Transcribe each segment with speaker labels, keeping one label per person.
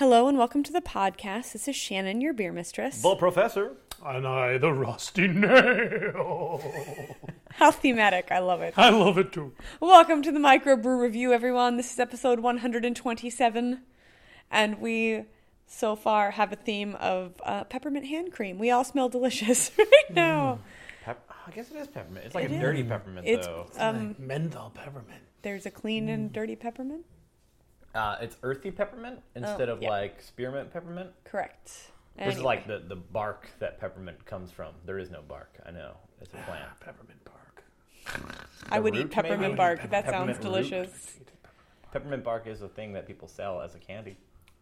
Speaker 1: welcome to the podcast. This is Shannon, your beer mistress.
Speaker 2: The professor.
Speaker 3: And I, the rusty nail.
Speaker 1: How thematic. I love it.
Speaker 3: I love it too.
Speaker 1: Welcome to the Microbrew Review, everyone. This is episode 127. And we so far have a theme of uh, peppermint hand cream. We all smell delicious
Speaker 2: Mm,
Speaker 1: right now.
Speaker 2: Pep- I guess it is peppermint. It's like a dirty peppermint,
Speaker 1: It's
Speaker 2: though.
Speaker 1: um,
Speaker 3: Menthol peppermint.
Speaker 1: there's a clean
Speaker 2: Mm.
Speaker 1: and dirty peppermint.
Speaker 2: Uh, it's earthy peppermint instead of
Speaker 1: Oh, yeah.
Speaker 2: like spearmint peppermint,
Speaker 1: Correct.
Speaker 2: which is like the, the bark that peppermint comes from. There is no bark. I know. It's a plant.
Speaker 3: Peppermint bark.
Speaker 1: I would
Speaker 2: root,
Speaker 1: eat peppermint
Speaker 2: maybe?
Speaker 1: bark. that
Speaker 2: Peppermint
Speaker 1: sounds
Speaker 2: root.
Speaker 1: delicious.
Speaker 2: Peppermint bark is a thing that people sell as a candy.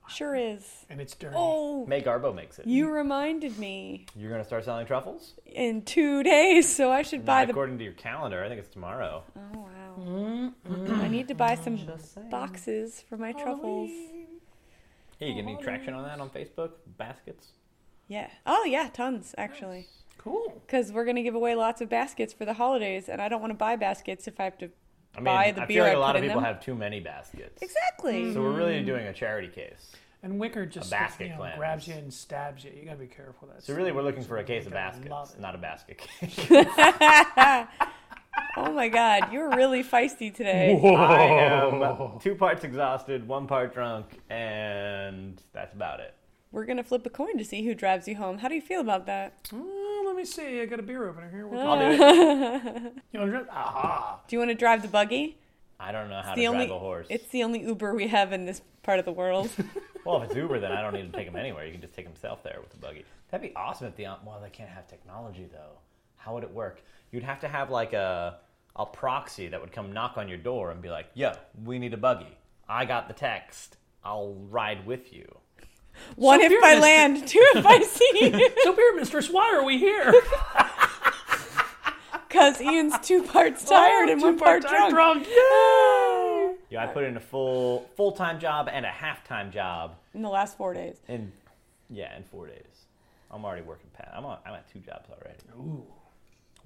Speaker 1: Sure is.
Speaker 3: And it's dirty.
Speaker 1: Oh,
Speaker 2: May Garbo makes it.
Speaker 1: you reminded me
Speaker 2: You're going to start selling truffles?
Speaker 1: in two days, so I should buy
Speaker 2: Not
Speaker 1: the.
Speaker 2: according to your calendar. I think it's tomorrow.
Speaker 1: Oh wow!
Speaker 3: Mm-hmm.
Speaker 1: I need to buy some boxes for my truffles.
Speaker 2: Hey, you get any traction on that on Facebook? Baskets?
Speaker 1: Yeah. Oh yeah, tons actually.
Speaker 3: Cool.
Speaker 1: Because we're gonna give away lots of baskets for the holidays, and I don't want to buy baskets if I have to
Speaker 2: I mean,
Speaker 1: buy the
Speaker 2: I
Speaker 1: beer
Speaker 2: feel like
Speaker 1: I
Speaker 2: a lot
Speaker 1: put
Speaker 2: of
Speaker 1: in
Speaker 2: people
Speaker 1: them.
Speaker 2: have too many baskets.
Speaker 1: Exactly.
Speaker 2: So we're really doing a charity case.
Speaker 3: And wicker just
Speaker 2: basket
Speaker 3: you know,
Speaker 2: cleanse.
Speaker 3: grabs you and stabs you. You gotta be careful with that.
Speaker 2: So really, we're looking for a case of
Speaker 3: Gotta love
Speaker 2: baskets,
Speaker 3: it.
Speaker 2: not a basket case.
Speaker 1: Oh my God, you're really feisty today.
Speaker 3: Whoa.
Speaker 2: I am two parts exhausted, one part drunk, and that's about it.
Speaker 1: We're gonna flip a coin to see who drives you home. How do you feel about that?
Speaker 3: Mm, let me see. I got a beer opener here.
Speaker 1: Uh-huh.
Speaker 3: What
Speaker 2: I'll do it.
Speaker 3: you wanna drink? Aha.
Speaker 1: Do you want to drive the buggy?
Speaker 2: I don't know how to
Speaker 1: The only
Speaker 2: drive a horse.
Speaker 1: it's the only Uber we have in this part of the world.
Speaker 2: Well, if it's Uber, then I don't need to take him anywhere. You can just take himself there with the buggy. That'd be awesome if the well, they can't have technology though. How would it work? You'd have to have like a a proxy that would come knock on your door and be like, "Yo, we need a buggy. I got the text. I'll ride with you."
Speaker 1: One if
Speaker 3: beer
Speaker 1: I
Speaker 3: is-
Speaker 1: land, two if I see.
Speaker 3: So beer mistress, why are we here?
Speaker 1: Because Ian's Oh, two parts tired and
Speaker 3: Two
Speaker 1: one part
Speaker 3: part-time
Speaker 1: drunk.
Speaker 3: Yay!
Speaker 2: Yeah, I put in a full full time job and a half time job
Speaker 1: In the last four days.
Speaker 2: in yeah in four days. I'm already working pat. I'm on, I'm at two jobs already.
Speaker 3: Ooh.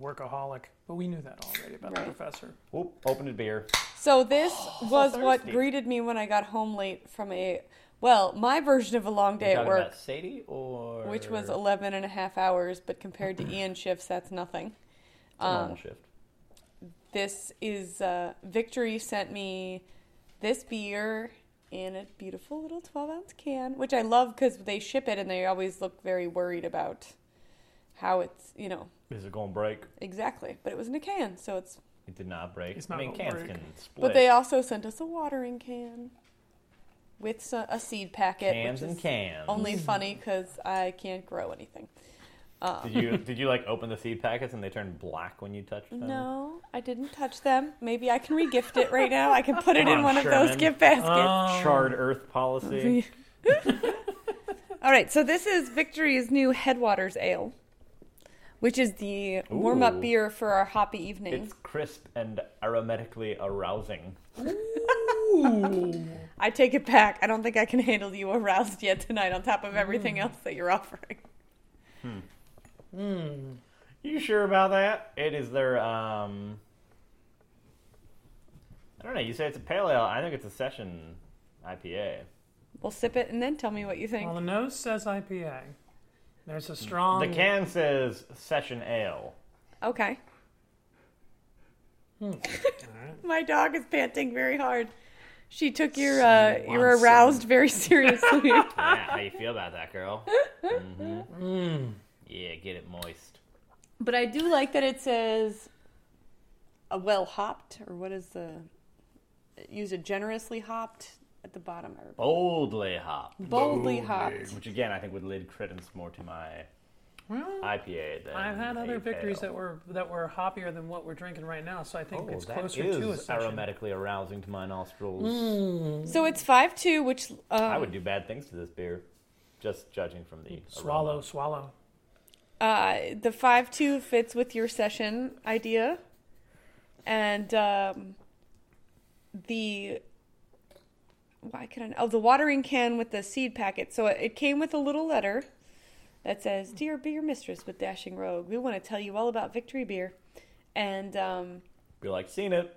Speaker 3: Workaholic. But we knew that already about the
Speaker 1: Right.
Speaker 3: professor.
Speaker 2: Whoop! Opened a beer.
Speaker 1: So this was what
Speaker 2: thirsty.
Speaker 1: greeted me when I got home late from a, well, my version of a long day at
Speaker 2: Talking
Speaker 1: work,
Speaker 2: about Sadie or
Speaker 1: which was 11 and a half hours, but compared to Ian's shifts, that's nothing. Um,
Speaker 2: It's a
Speaker 1: uh,
Speaker 2: normal shift.
Speaker 1: This is, uh, Victory sent me this beer in a beautiful little 12 ounce can, which I love because they ship it and they always look very worried about how it's, you know,
Speaker 2: Is it going to break?
Speaker 1: exactly. But it was in a can, so it's
Speaker 2: It did not break.
Speaker 3: It's
Speaker 2: I
Speaker 3: not
Speaker 2: mean,
Speaker 3: gonna
Speaker 2: cans
Speaker 3: break.
Speaker 2: can split.
Speaker 1: But they also sent us a watering can with so- a seed packet.
Speaker 2: cans
Speaker 1: which
Speaker 2: and
Speaker 1: is
Speaker 2: cans.
Speaker 1: Only funny because I can't grow anything.
Speaker 2: did you did you like open the seed packets and they turned black when you touched them?
Speaker 1: No, I didn't touch them. Maybe I can regift it right now. I can put it
Speaker 2: Come
Speaker 1: in
Speaker 2: on,
Speaker 1: one of those
Speaker 2: Sherman. Oh,
Speaker 1: gift baskets.
Speaker 2: Charred earth policy.
Speaker 1: All right, so this is Victory's new Headwaters Ale, which is the warm
Speaker 2: Ooh.
Speaker 1: up beer for our hoppy evening.
Speaker 2: It's crisp and aromatically arousing.
Speaker 3: Ooh.
Speaker 1: I take it back. I don't think I can handle you aroused yet tonight on top of everything
Speaker 2: Mm.
Speaker 1: else that you're offering.
Speaker 2: You sure about that? It is their um. I don't know. You say it's a pale ale. I think it's a session IPA.
Speaker 1: We'll sip it and then tell me what you think.
Speaker 3: Well, the nose says IPA. There's a strong.
Speaker 2: The can says session ale.
Speaker 1: Okay. Hmm. My dog is panting very hard. She took your uh,
Speaker 3: She
Speaker 1: your
Speaker 3: wants
Speaker 1: aroused very seriously.
Speaker 2: Yeah, how you feel about that, girl?
Speaker 3: Mm.
Speaker 2: Mm-hmm. Yeah, get it moist.
Speaker 1: but I do like that it says a well hopped or what is the use a generously hopped at the bottom or
Speaker 2: Boldly hop.
Speaker 1: boldly hopped.
Speaker 2: Which again, I think would lend credence more to my
Speaker 3: Well,
Speaker 2: IPA than
Speaker 3: I've had
Speaker 2: a
Speaker 3: other victories
Speaker 2: pale.
Speaker 3: that were that were hoppier than what we're drinking right now, so I think
Speaker 2: Oh,
Speaker 3: it's
Speaker 2: that
Speaker 3: closer
Speaker 2: is
Speaker 3: to a session. Mm.
Speaker 2: aromatically arousing to my nostrils.
Speaker 1: So it's five two, which um,
Speaker 2: I would do bad things to this beer, just judging from the
Speaker 3: Swallow,
Speaker 2: aroma.
Speaker 3: swallow.
Speaker 1: uh, the five two fits with your session idea, and um, the why can I oh the watering can with the seed packet. So it, it came with a little letter that says, "Dear beer mistress with dashing rogue, we want to tell you all about Victory Beer," and um,
Speaker 2: Be like, seen it.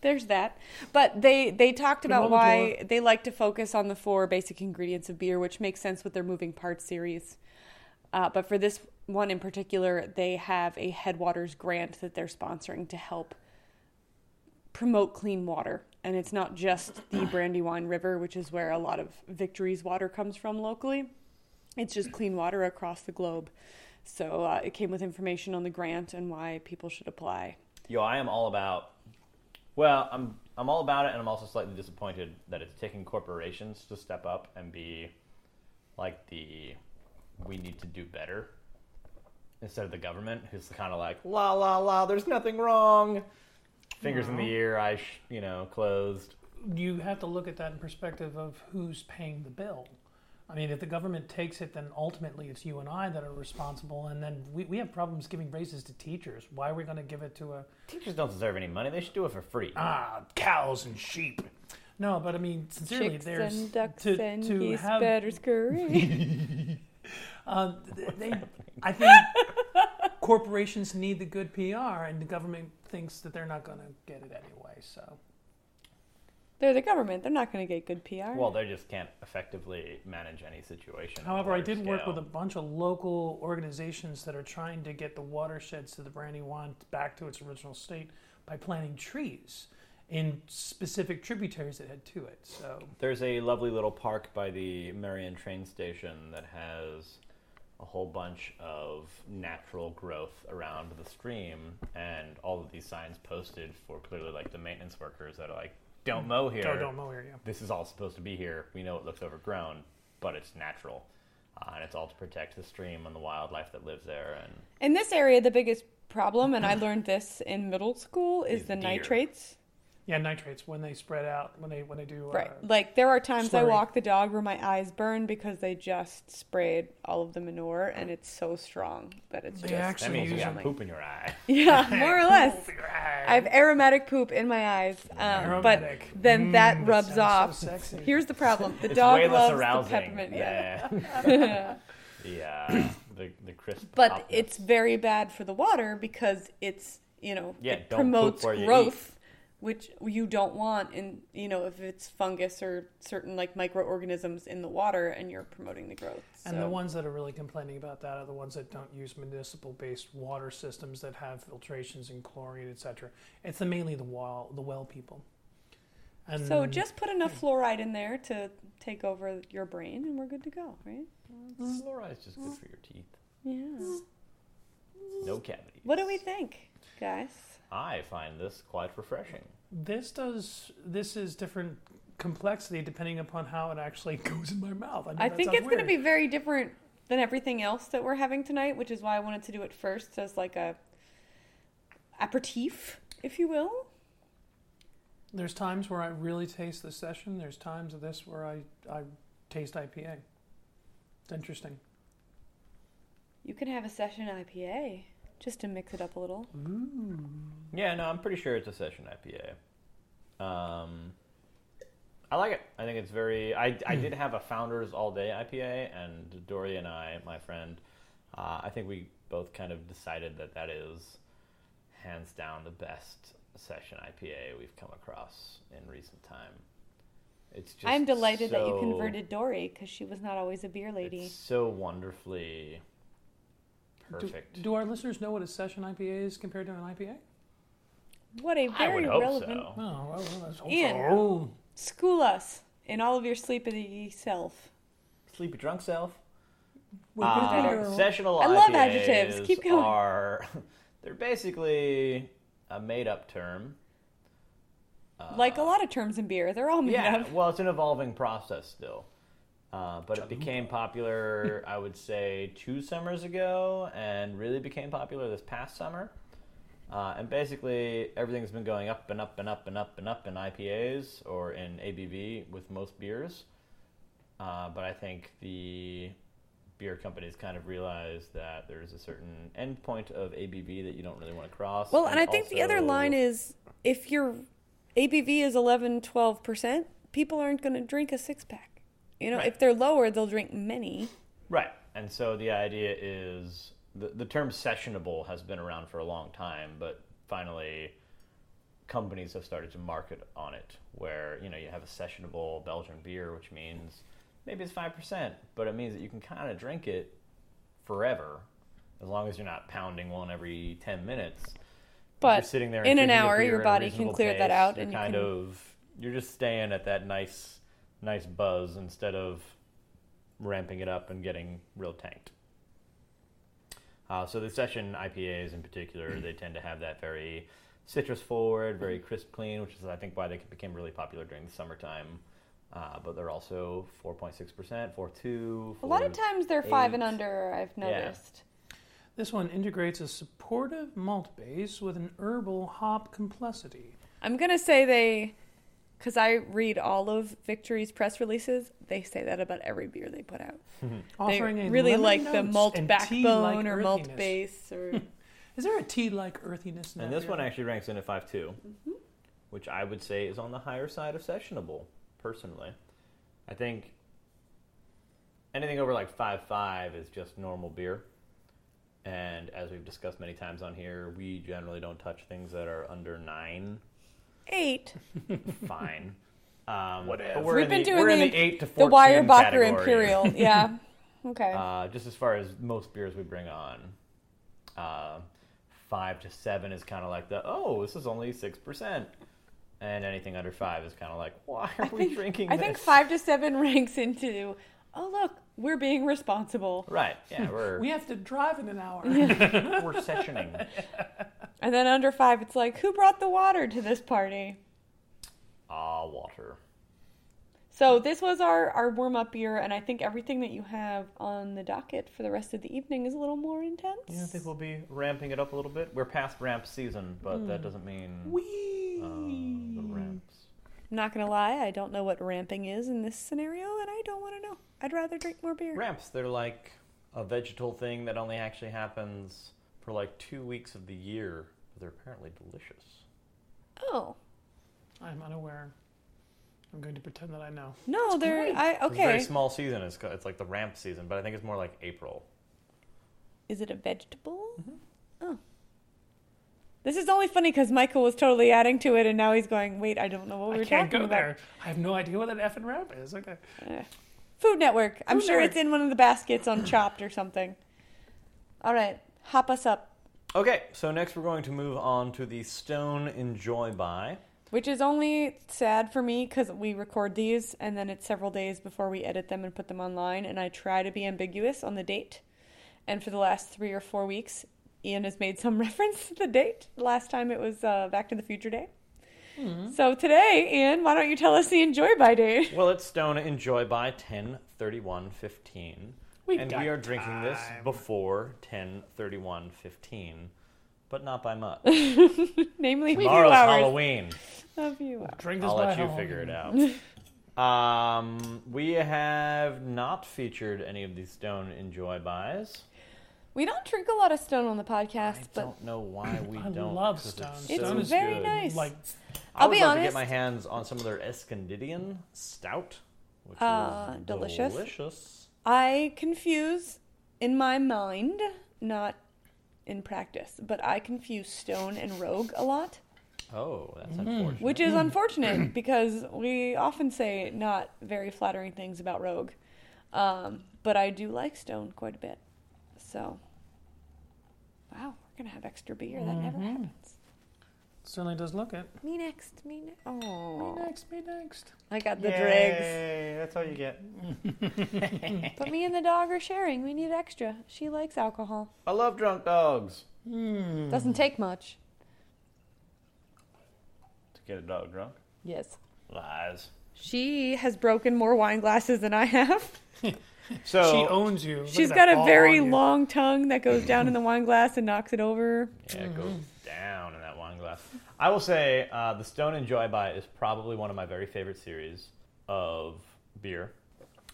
Speaker 1: there's that. But they they talked about
Speaker 3: on the
Speaker 1: why they like to focus on the four basic ingredients of beer, which makes sense with their moving parts series. Uh, but for this one in particular, they have a Headwaters grant that they're sponsoring to help promote clean water. And it's not just the Brandywine River, which is where a lot of Victory's water comes from locally. It's just clean water across the globe. So uh, it came with information on the grant and why people should apply.
Speaker 2: Yo, I am all about. Well, I'm I'm all about it, and I'm also slightly disappointed that it's taking corporations to step up and be like the we need to do better instead of the government, who's kind of like la la la. There's nothing wrong. Fingers in the ear, eyes sh- you know closed.
Speaker 3: you have to look at that in perspective of who's paying the bill. I mean, if the government takes it, then ultimately it's you and I that are responsible. And then we, we have problems giving raises to teachers. Why are we going to give it to a
Speaker 2: Teachers don't deserve any money. They should do it for free.
Speaker 3: ah cows and sheep? No, but I mean, sincerely,
Speaker 1: Chicks
Speaker 3: there's
Speaker 1: and ducks
Speaker 3: to,
Speaker 1: and
Speaker 3: to
Speaker 1: geese
Speaker 3: have
Speaker 1: better scurry.
Speaker 3: Um, th- they, I think corporations need the good PR, and the government thinks that they're not going to get it anyway. So
Speaker 1: they're the government. They're not going to get good PR.
Speaker 2: Well, they just can't effectively manage any situation. on a
Speaker 3: However, I
Speaker 2: large
Speaker 3: did work
Speaker 2: scale.
Speaker 3: with a bunch of local organizations that are trying to get the watersheds to the Brandywine back to its original state by planting trees in specific tributaries that head to it. So
Speaker 2: There's a lovely little park by the Marion train station that has a whole bunch of natural growth around the stream, and all of these signs posted for clearly like the maintenance workers that are like, "Don't mow here.
Speaker 3: don't, don't mow area.
Speaker 2: This is all supposed to be here. We know it looks overgrown, but it's natural, uh, and it's all to protect the stream and the wildlife that lives there." And
Speaker 1: In this area, the biggest problem, and I learned this in middle school, is
Speaker 2: Is
Speaker 1: the
Speaker 2: deer.
Speaker 1: nitrates.
Speaker 3: Yeah, nitrates when they spread out when they when they do uh,
Speaker 1: Right. Like there are times I
Speaker 3: slurry.
Speaker 1: walk the dog where my eyes burn because they just sprayed all of the manure and it's so strong that it's
Speaker 3: They
Speaker 1: just
Speaker 2: that
Speaker 3: actually
Speaker 2: means you
Speaker 3: use
Speaker 2: got
Speaker 3: them.
Speaker 2: poop in your eye.
Speaker 1: Yeah, more or less. I
Speaker 3: I've
Speaker 1: have aromatic poop in my eyes, um, but
Speaker 3: Aromatic.
Speaker 1: then that
Speaker 3: Mm, that
Speaker 1: rubs
Speaker 3: sounds so
Speaker 1: off.
Speaker 3: sexy.
Speaker 1: Here's the problem: the
Speaker 2: it's
Speaker 1: dog
Speaker 2: way less
Speaker 1: loves
Speaker 2: arousing.
Speaker 1: the peppermint. Yeah.
Speaker 2: Yeah. yeah. The the crisp.
Speaker 1: but
Speaker 2: hotness.
Speaker 1: it's very bad for the water because it's you know
Speaker 2: Yeah,
Speaker 1: it
Speaker 2: don't poop
Speaker 1: promotes
Speaker 2: where you
Speaker 1: growth which you don't want in you know if it's fungus or certain like microorganisms in the water and you're promoting the growth so.
Speaker 3: And the ones that are really complaining about that are the ones that don't use municipal-based water systems that have filtrations and chlorine, etc. It's the, mainly the wall, the well people. And
Speaker 1: so just put enough fluoride in there to take over your brain and we're good to go right
Speaker 2: Fluoride's just good for your teeth.
Speaker 1: yeah
Speaker 2: No cavities.
Speaker 1: what do we think guys
Speaker 2: I find this quite refreshing.
Speaker 3: this does this is different complexity depending upon how it actually goes in my mouth. I, know
Speaker 1: i
Speaker 3: that
Speaker 1: think
Speaker 3: sounds
Speaker 1: it's going to
Speaker 3: weird.
Speaker 1: be very different than everything else that we're having tonight which is why i wanted to do it first as like a aperitif if you will
Speaker 3: There's times where I really taste the session. There's times of this where I I taste IPA. It's interesting.
Speaker 1: You can have a session IPA just to mix it up a little.
Speaker 2: Yeah, no, I'm pretty sure it's a session IPA. Um, I like it. I think it's very. I, I did have a Founders All Day IPA, and Dory and I, my friend, uh, I think we both kind of decided that that is hands down the best session IPA we've come across in recent time. It's just
Speaker 1: I'm delighted that you
Speaker 2: so-
Speaker 1: converted Dory because she was not always a beer lady.
Speaker 2: It's so wonderfully
Speaker 3: Do-
Speaker 2: perfect.
Speaker 3: Do, our listeners know what a session IPA is compared to an IPA?
Speaker 1: What a
Speaker 2: I
Speaker 1: very
Speaker 2: would hope
Speaker 1: relevant.
Speaker 2: so.
Speaker 3: Oh, well, that's
Speaker 1: Ian. School us in all of your sleepy self.
Speaker 2: Sleepy drunk self.
Speaker 3: Would
Speaker 2: Uh,
Speaker 1: Ah.
Speaker 3: this be your-
Speaker 2: sessional
Speaker 1: I love
Speaker 2: IPAs
Speaker 1: adjectives. Keep going.
Speaker 2: Are they're basically a made-up term. Uh,
Speaker 1: like a lot of terms in beer, they're all made
Speaker 2: yeah,
Speaker 1: up.
Speaker 2: well, it's an evolving process still. Uh, but it became popular, I would say, two summers ago, and really became popular this past summer. Uh, and basically, everything's been going up and up and up and up and up in IPAs or in ABV with most beers. Uh, but I think the beer companies kind of realize that there's a certain endpoint of ABV that you don't really want to cross.
Speaker 1: Well, and I think the other
Speaker 2: also-
Speaker 1: line is if your ABV is 11, 12%, people aren't going to drink a six pack. You know,
Speaker 2: Right.
Speaker 1: if they're lower, they'll drink many.
Speaker 2: Right. And so the idea is the, the term sessionable has been around for a long time, but finally companies have started to market on it, where you know you have a sessionable Belgian beer, which means maybe it's five percent, but it means that you can kind of drink it forever, as long as you're not pounding one every ten minutes. If
Speaker 1: But
Speaker 2: you're sitting there
Speaker 1: in
Speaker 2: and
Speaker 1: an
Speaker 2: drinking a
Speaker 1: hour,
Speaker 2: beer
Speaker 1: your
Speaker 2: at a
Speaker 1: body can
Speaker 2: reasonable
Speaker 1: clear that
Speaker 2: pace,
Speaker 1: out
Speaker 2: you're
Speaker 1: and you
Speaker 2: kind
Speaker 1: can-
Speaker 2: of you're just staying at that nice, nice buzz instead of ramping it up and getting real tanked. Uh, so the session IPAs in particular, they tend to have that very citrus forward, very crisp clean, which is I think why they became really popular during the summertime. Uh, but they're also 4.6%, 4.2.
Speaker 1: A lot of
Speaker 2: 4
Speaker 1: times they're five and
Speaker 2: eight.
Speaker 1: under. I've noticed.
Speaker 3: This one integrates a supportive malt base with an herbal hop complexity.
Speaker 1: I'm gonna say they, because I read all of Victory's press releases. They say that about every beer they put out.
Speaker 3: Offering
Speaker 1: they
Speaker 3: a
Speaker 1: really
Speaker 3: lemon
Speaker 1: like the
Speaker 3: notes
Speaker 1: malt
Speaker 3: and
Speaker 1: backbone
Speaker 3: tea-like
Speaker 1: or malt
Speaker 3: earthiness.
Speaker 1: base or
Speaker 2: Hmm.
Speaker 3: Is there a tea like earthiness in
Speaker 2: And
Speaker 3: that
Speaker 2: this
Speaker 3: beer?
Speaker 2: one actually ranks in at 5.2,
Speaker 1: Mm-hmm.
Speaker 2: which I would say is on the higher side of sessionable, personally. I think anything over like 5.5 is just normal beer. And as we've discussed many times on here, we generally don't touch things that are under 9.
Speaker 1: eight.
Speaker 2: Fine. Um,
Speaker 3: Whatever.
Speaker 2: but we're
Speaker 1: We've
Speaker 2: in
Speaker 1: been
Speaker 2: the,
Speaker 1: doing
Speaker 2: we're in
Speaker 1: the-
Speaker 2: the 8 to 14
Speaker 1: The Weyerbacher
Speaker 2: category.
Speaker 1: Imperial. Yeah. Okay.
Speaker 2: Uh, just as far as most beers we bring on, uh, five to seven is kind of like the oh, this is only six percent, and anything under five is kind of like why are we drinking?
Speaker 1: I
Speaker 2: this?
Speaker 1: think five to seven ranks into. Oh look, we're being responsible.
Speaker 2: Right? Yeah, we're
Speaker 3: We have to drive in an hour.
Speaker 2: we're sessioning.
Speaker 1: And then under five, it's like, who brought the water to this party?
Speaker 2: Ah, water.
Speaker 1: So this was our our warm up beer, and I think everything that you have on the docket for the rest of the evening is a little more intense.
Speaker 2: Yeah, I think we'll be ramping it up a little bit. We're past ramp season, but that doesn't mean
Speaker 3: Whee!
Speaker 2: uh, the ramps.
Speaker 1: I'm not gonna lie, I don't know what ramping is in this scenario, and I don't want to know. I'd rather drink more beer.
Speaker 2: Ramps, they're like a vegetal thing that only actually happens for like two weeks of the year, but they're apparently delicious.
Speaker 1: oh
Speaker 3: I'm unaware. I'm going to pretend that I know.
Speaker 1: no, there. I
Speaker 2: It's a very
Speaker 1: okay.
Speaker 2: small season. It's, ca- it's like the ramp season, but I think it's more like April.
Speaker 1: Is it a vegetable?
Speaker 3: Mm-hmm.
Speaker 1: Oh. This is only funny because Michael was totally adding to it, and now he's going. Wait, I don't know what
Speaker 3: I
Speaker 1: we're
Speaker 3: can't
Speaker 1: talking
Speaker 3: go
Speaker 1: about. Uh,
Speaker 3: there. I have no idea what an effing ramp is. Okay.
Speaker 1: Food Network. I'm
Speaker 3: Food
Speaker 1: sure
Speaker 3: Network.
Speaker 1: it's in one of the baskets on Chopped or something. All right, hop us up,
Speaker 2: Okay, so next we're going to move on to the Stone Enjoy By.
Speaker 1: which is only sad for me because we record these and then it's several days before we edit them and put them online, and I try to be ambiguous on the date. And for the last three or four weeks, Ian has made some reference to the date. Last time it was uh, Back to the Future Day.
Speaker 2: Hmm.
Speaker 1: So today, Ian, why don't you tell us the enjoy by date?
Speaker 2: Well, it's Stone Enjoy By 10:31:15,
Speaker 3: We've
Speaker 2: and
Speaker 3: got
Speaker 2: we are drinking this
Speaker 3: time.
Speaker 2: before 10:31:15, but not by much.
Speaker 1: Namely, a few
Speaker 2: Tomorrow's
Speaker 1: hours.
Speaker 2: Halloween.
Speaker 1: A few hours.
Speaker 3: Drink this
Speaker 2: I'll
Speaker 3: by
Speaker 2: let you
Speaker 3: Halloween.
Speaker 2: figure it out. um, we have not featured any of these Stone Enjoy Buys.
Speaker 1: We don't drink a lot of Stone on the podcast,
Speaker 2: I
Speaker 1: but
Speaker 2: don't know why we
Speaker 3: I
Speaker 2: don't.
Speaker 3: love
Speaker 2: 'cause
Speaker 3: Stone.
Speaker 2: It's,
Speaker 1: It's
Speaker 2: so
Speaker 1: very
Speaker 2: good.
Speaker 1: nice.
Speaker 3: Like,
Speaker 2: I
Speaker 1: I'll
Speaker 2: would
Speaker 1: be
Speaker 2: love to
Speaker 1: honest.
Speaker 2: get my hands on some of their Escondidian stout, which
Speaker 1: Uh,
Speaker 2: is
Speaker 1: delicious.
Speaker 2: delicious.
Speaker 1: I confuse in my mind, not in practice, but I confuse stone and rogue a lot,
Speaker 2: Oh, that's unfortunate.
Speaker 1: which is unfortunate because we often say not very flattering things about rogue. Um, but I do like stone quite a bit. So, wow, we're going to have extra beer. That never happens.
Speaker 3: certainly does look it.
Speaker 1: Me next, me next.
Speaker 3: Me
Speaker 1: Oh,
Speaker 3: next, me next.
Speaker 1: I got the
Speaker 2: That's all you get.
Speaker 1: dregs. But me and the dog are sharing. We need extra. She likes alcohol.
Speaker 2: I love drunk dogs.
Speaker 1: Doesn't take much.
Speaker 2: To get a dog drunk.
Speaker 1: Yes.
Speaker 2: Lies.
Speaker 1: She has broken more wine glasses than I have.
Speaker 2: So
Speaker 3: she owns you. Look
Speaker 1: She's
Speaker 3: at
Speaker 1: got
Speaker 3: that
Speaker 1: a
Speaker 3: ball
Speaker 1: very
Speaker 3: on you.
Speaker 1: long tongue that goes down in the wine glass and knocks it over.
Speaker 2: Yeah, it goes down in that wine glass. I will say, uh, the Stone and Joy by is probably one of my very favorite series of beer.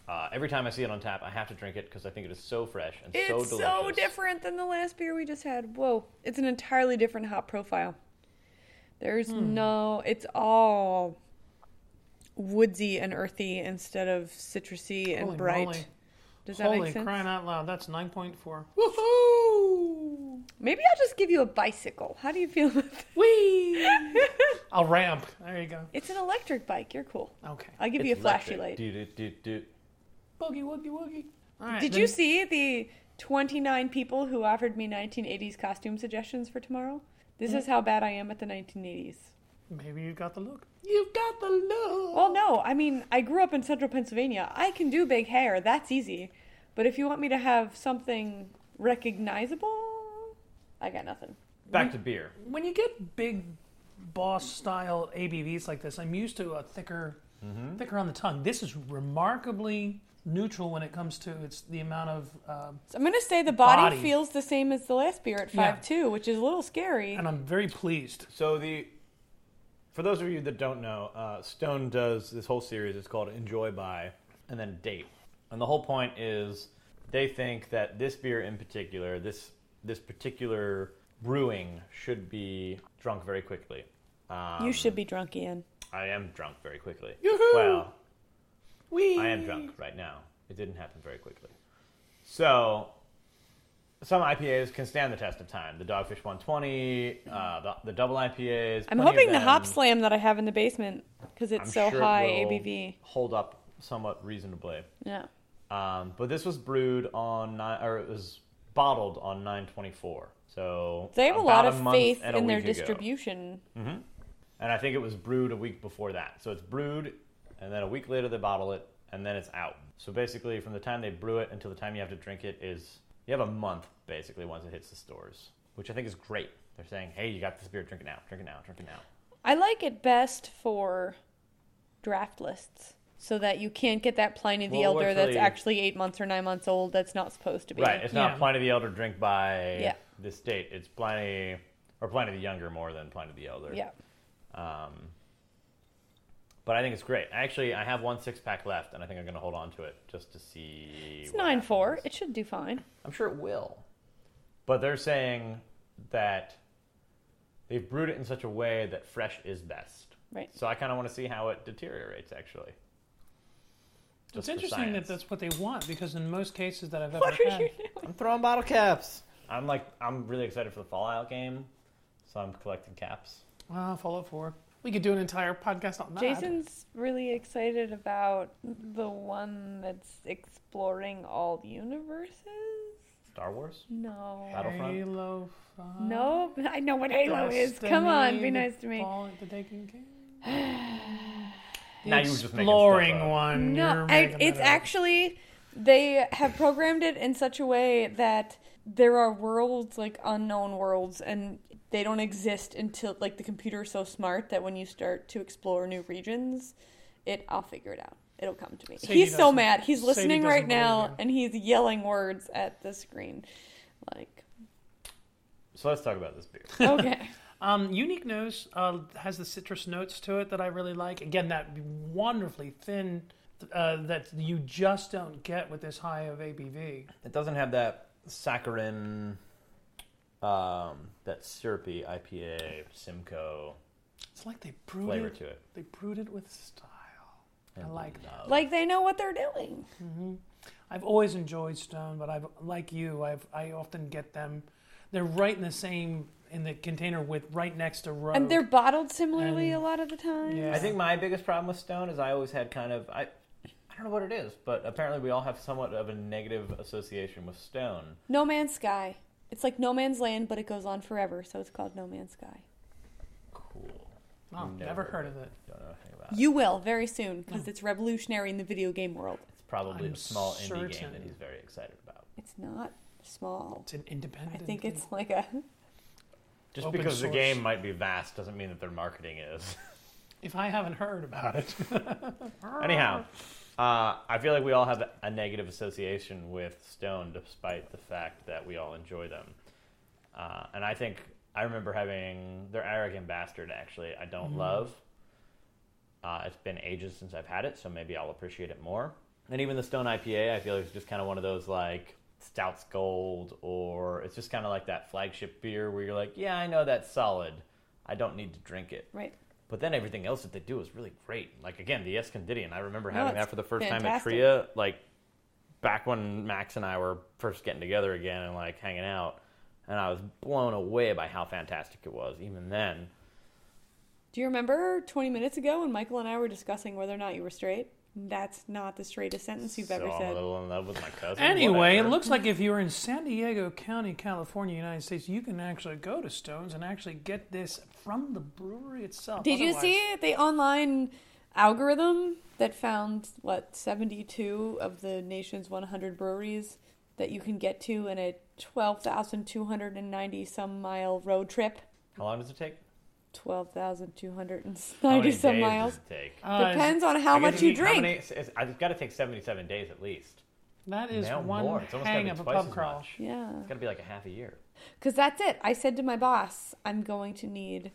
Speaker 2: Uh, every time I see it on tap, I have to drink it because I think it is so fresh and so
Speaker 1: It's
Speaker 2: delicious.
Speaker 1: so, different than the last beer we just had. Whoa. It's an entirely different hop profile. There's
Speaker 3: Hmm.
Speaker 1: no, it's all woodsy and earthy instead of citrusy and
Speaker 3: Holy
Speaker 1: bright.
Speaker 3: moly.
Speaker 1: Does that
Speaker 3: Holy
Speaker 1: make sense?
Speaker 3: crying out loud. That's 9.4.
Speaker 1: Woohoo! Maybe I'll just give you a bicycle. How do you feel about that?
Speaker 3: Whee! I'll ramp. There you go.
Speaker 1: It's an electric bike. You're cool.
Speaker 3: Okay.
Speaker 1: I'll give you a flashy light.
Speaker 2: Do, do, do, do.
Speaker 3: Boogie woogie woogie. All right.
Speaker 1: Did
Speaker 3: then-
Speaker 1: you see the 29 people who offered me 1980s costume suggestions for tomorrow?
Speaker 3: Mm.
Speaker 1: This is how bad I am at the 1980s.
Speaker 3: Maybe you got the look. You've got the look.
Speaker 1: Well, no, I mean, I grew up in central Pennsylvania. I can do big hair, that's easy. But if you want me to have something recognizable, I got nothing.
Speaker 2: Back to beer.
Speaker 3: when you get big boss style ABVs like this, I'm used to a thicker,
Speaker 2: Mm-hmm.
Speaker 3: thicker on the tongue. This is remarkably neutral when it comes to it's the amount of, um
Speaker 1: So I'm going to say the body,
Speaker 3: Body.
Speaker 1: feels the same as the last beer at
Speaker 3: Yeah.
Speaker 1: 5 2, which is a little scary.
Speaker 3: and I'm very pleased.
Speaker 2: So the for those of you that don't know, uh, Stone does this whole series. It's called Enjoy By and then Date, and the whole point is they think that this beer in particular, this this particular brewing, should be drunk very quickly. Um,
Speaker 1: you should be drunk, Ian.
Speaker 2: I am drunk very quickly.
Speaker 3: Yoo-hoo!
Speaker 2: Well,
Speaker 3: We.
Speaker 2: I am drunk right now. It didn't happen very quickly. So, some IPAs can stand the test of time. The Dogfish 120, uh, the, the double IPAs.
Speaker 1: I'm
Speaker 2: plenty of
Speaker 1: hoping the
Speaker 2: them.
Speaker 1: hop slam that I have in the basement, because
Speaker 2: I'm
Speaker 1: it's so
Speaker 2: sure it
Speaker 1: high
Speaker 2: will
Speaker 1: ABV.
Speaker 2: Hold up somewhat reasonably.
Speaker 1: Yeah.
Speaker 2: Um, but this was brewed on nine, or it was bottled on 924. So
Speaker 1: They have a
Speaker 2: about
Speaker 1: lot of
Speaker 2: month
Speaker 1: faith
Speaker 2: and a
Speaker 1: in their
Speaker 2: week ago.
Speaker 1: distribution.
Speaker 2: And I think it was brewed a week before that. So it's brewed, and then a week later they bottle it, and then it's out. So basically, from the time they brew it until the time you have to drink it is you have a month basically once it hits the stores, which I think is great. They're saying, hey, you got this beer, drink it now, drink it now, drink it now.
Speaker 1: I like it best for draft lists so that you can't get that Pliny the
Speaker 2: Well,
Speaker 1: Elder that's
Speaker 2: literally-
Speaker 1: actually eight months or nine months old that's not supposed to be.
Speaker 2: Right, it's not
Speaker 3: Yeah.
Speaker 2: Pliny the Elder drink by
Speaker 1: Yeah.
Speaker 2: this date. It's Pliny or Pliny the Younger more than Pliny the Elder.
Speaker 1: Yeah.
Speaker 2: Um, but I think it's great. Actually, I have one six pack left, and I think I'm going to hold on to it just to see.
Speaker 1: It's
Speaker 2: what
Speaker 1: 9 4.
Speaker 2: happens.
Speaker 1: It should do fine.
Speaker 2: I'm sure it will. But they're saying that they've brewed it in such a way that fresh is best.
Speaker 1: Right.
Speaker 2: So I kind of want to see how it deteriorates, actually.
Speaker 3: It's
Speaker 2: for
Speaker 3: interesting that
Speaker 2: science.
Speaker 3: that's what they want because in most cases that I've ever
Speaker 1: What are
Speaker 3: had,
Speaker 1: you doing?
Speaker 2: I'm throwing bottle caps. I'm like, I'm really excited for the Fallout game, so I'm collecting caps.
Speaker 3: well, Fallout Four. We could do an entire podcast on that.
Speaker 1: Jason's really excited about the one that's exploring all universes.
Speaker 2: Star Wars.
Speaker 1: No.
Speaker 3: Uh,
Speaker 2: Battlefront?
Speaker 3: Halo 5,
Speaker 1: No, I know what Halo is. Come on,
Speaker 3: Destiny,
Speaker 1: be nice to me.
Speaker 3: Fallout, the Taken King. The
Speaker 2: Now you were just making
Speaker 3: exploring
Speaker 2: stuff up.
Speaker 3: one.
Speaker 1: No,
Speaker 3: You're
Speaker 1: I,
Speaker 3: making
Speaker 1: it's
Speaker 3: that up.
Speaker 1: actually they have programmed it in such a way that there are worlds like unknown worlds and they don't exist until like the computer is so smart that when you start to explore new regions, it I'll figure it out. It'll come to me.
Speaker 3: Sadie
Speaker 1: he's so
Speaker 3: doesn't-
Speaker 1: mad. He's
Speaker 3: Sadie
Speaker 1: listening
Speaker 3: doesn't
Speaker 1: right
Speaker 3: believe
Speaker 1: now
Speaker 3: you.
Speaker 1: and he's yelling words at the screen. Like,
Speaker 2: So let's talk about this beer.
Speaker 1: okay.
Speaker 3: Um, Unique Nose uh, has the citrus notes to it that I really like. Again, that wonderfully thin uh, that you just don't get with this high of ABV.
Speaker 2: It doesn't have that saccharin, um, that syrupy IPA Simcoe
Speaker 3: It's like they brewed
Speaker 2: flavor
Speaker 3: it.
Speaker 2: to it.
Speaker 3: They brewed it with style. I like that.
Speaker 2: love.
Speaker 1: like they know what they're doing.
Speaker 3: Mm-hmm. I've always enjoyed Stone, but I've like you. I've I often get them. They're right in the same in the container with right next to Rogue.
Speaker 1: And they're bottled similarly
Speaker 3: And-
Speaker 1: a lot of the time.
Speaker 3: Yeah.
Speaker 2: I think my biggest problem with Stone is I always had kind of I I don't know what it is, but apparently we all have somewhat of a negative association with Stone.
Speaker 1: No Man's Sky. It's like No Man's Land, but it goes on forever, so it's called No Man's Sky.
Speaker 2: Cool.
Speaker 3: oh,
Speaker 2: Never
Speaker 3: never heard of it.
Speaker 2: Don't know anything about. it.
Speaker 1: You will very soon because it's revolutionary in the video game world.
Speaker 2: It's probably
Speaker 3: I'm
Speaker 2: a small indie game
Speaker 3: certain.
Speaker 2: that he's very excited about.
Speaker 1: It's not small.
Speaker 3: It's an
Speaker 1: I
Speaker 3: independent.
Speaker 1: think
Speaker 3: thing.
Speaker 1: it's like a.
Speaker 2: Just
Speaker 3: Open
Speaker 2: because
Speaker 3: source.
Speaker 2: the game might be vast doesn't mean that their marketing is.
Speaker 3: If I haven't heard about it,
Speaker 2: Anyhow, uh, I feel like we all have a negative association with Stone, despite the fact that we all enjoy them. Uh, and I think I remember having their arrogant bastard. Actually, I don't love. Uh, it's been ages since I've had it, so maybe I'll appreciate it more. And even the Stone IPA, I feel like it's just kind of one of those like Stouts Gold, or it's just kind of like that flagship beer where you're like, yeah, I know that's solid. I don't need to drink it.
Speaker 1: Right.
Speaker 2: But then everything else that they do is really great. Like again, the Escondidian. I remember having
Speaker 1: it's
Speaker 2: that for the first
Speaker 1: fantastic.
Speaker 2: time at Tria, like back when Max and I were first getting together again and like hanging out, and I was blown away by how fantastic it was. Even then,
Speaker 1: Do you remember 20 minutes ago when Michael and I were discussing whether or not you were straight? That's not the straightest sentence you've
Speaker 2: so
Speaker 1: ever
Speaker 2: I'm a
Speaker 1: said.
Speaker 2: little in love with my cousin.
Speaker 3: Anyway, it
Speaker 2: whatever.
Speaker 3: looks like if you're in San Diego County, California, United States, you can actually go to Stones and actually get this from the brewery itself.
Speaker 1: Did you
Speaker 3: Otherwise-
Speaker 1: see the online algorithm that found what 72 of the nation's 100 breweries that you can get to in a 12,290 some mile road trip?
Speaker 2: How long does it take? How many
Speaker 1: 12,290 some
Speaker 2: days
Speaker 1: miles.
Speaker 2: Does it take?
Speaker 3: Uh,
Speaker 1: Depends on how
Speaker 2: I guess
Speaker 1: much
Speaker 2: it
Speaker 1: you
Speaker 2: need- how
Speaker 1: drink.
Speaker 2: many- it's- it's- I've got to take 77 days at least.
Speaker 3: That is
Speaker 2: Now
Speaker 3: one
Speaker 2: more. It's almost gotta
Speaker 3: hang
Speaker 2: be
Speaker 3: of a
Speaker 2: twice
Speaker 3: pub
Speaker 2: as
Speaker 3: crawl.
Speaker 2: much.
Speaker 1: Yeah.
Speaker 2: It's got to be like a half a year.
Speaker 1: Because that's it. I said to my boss, I'm going to need.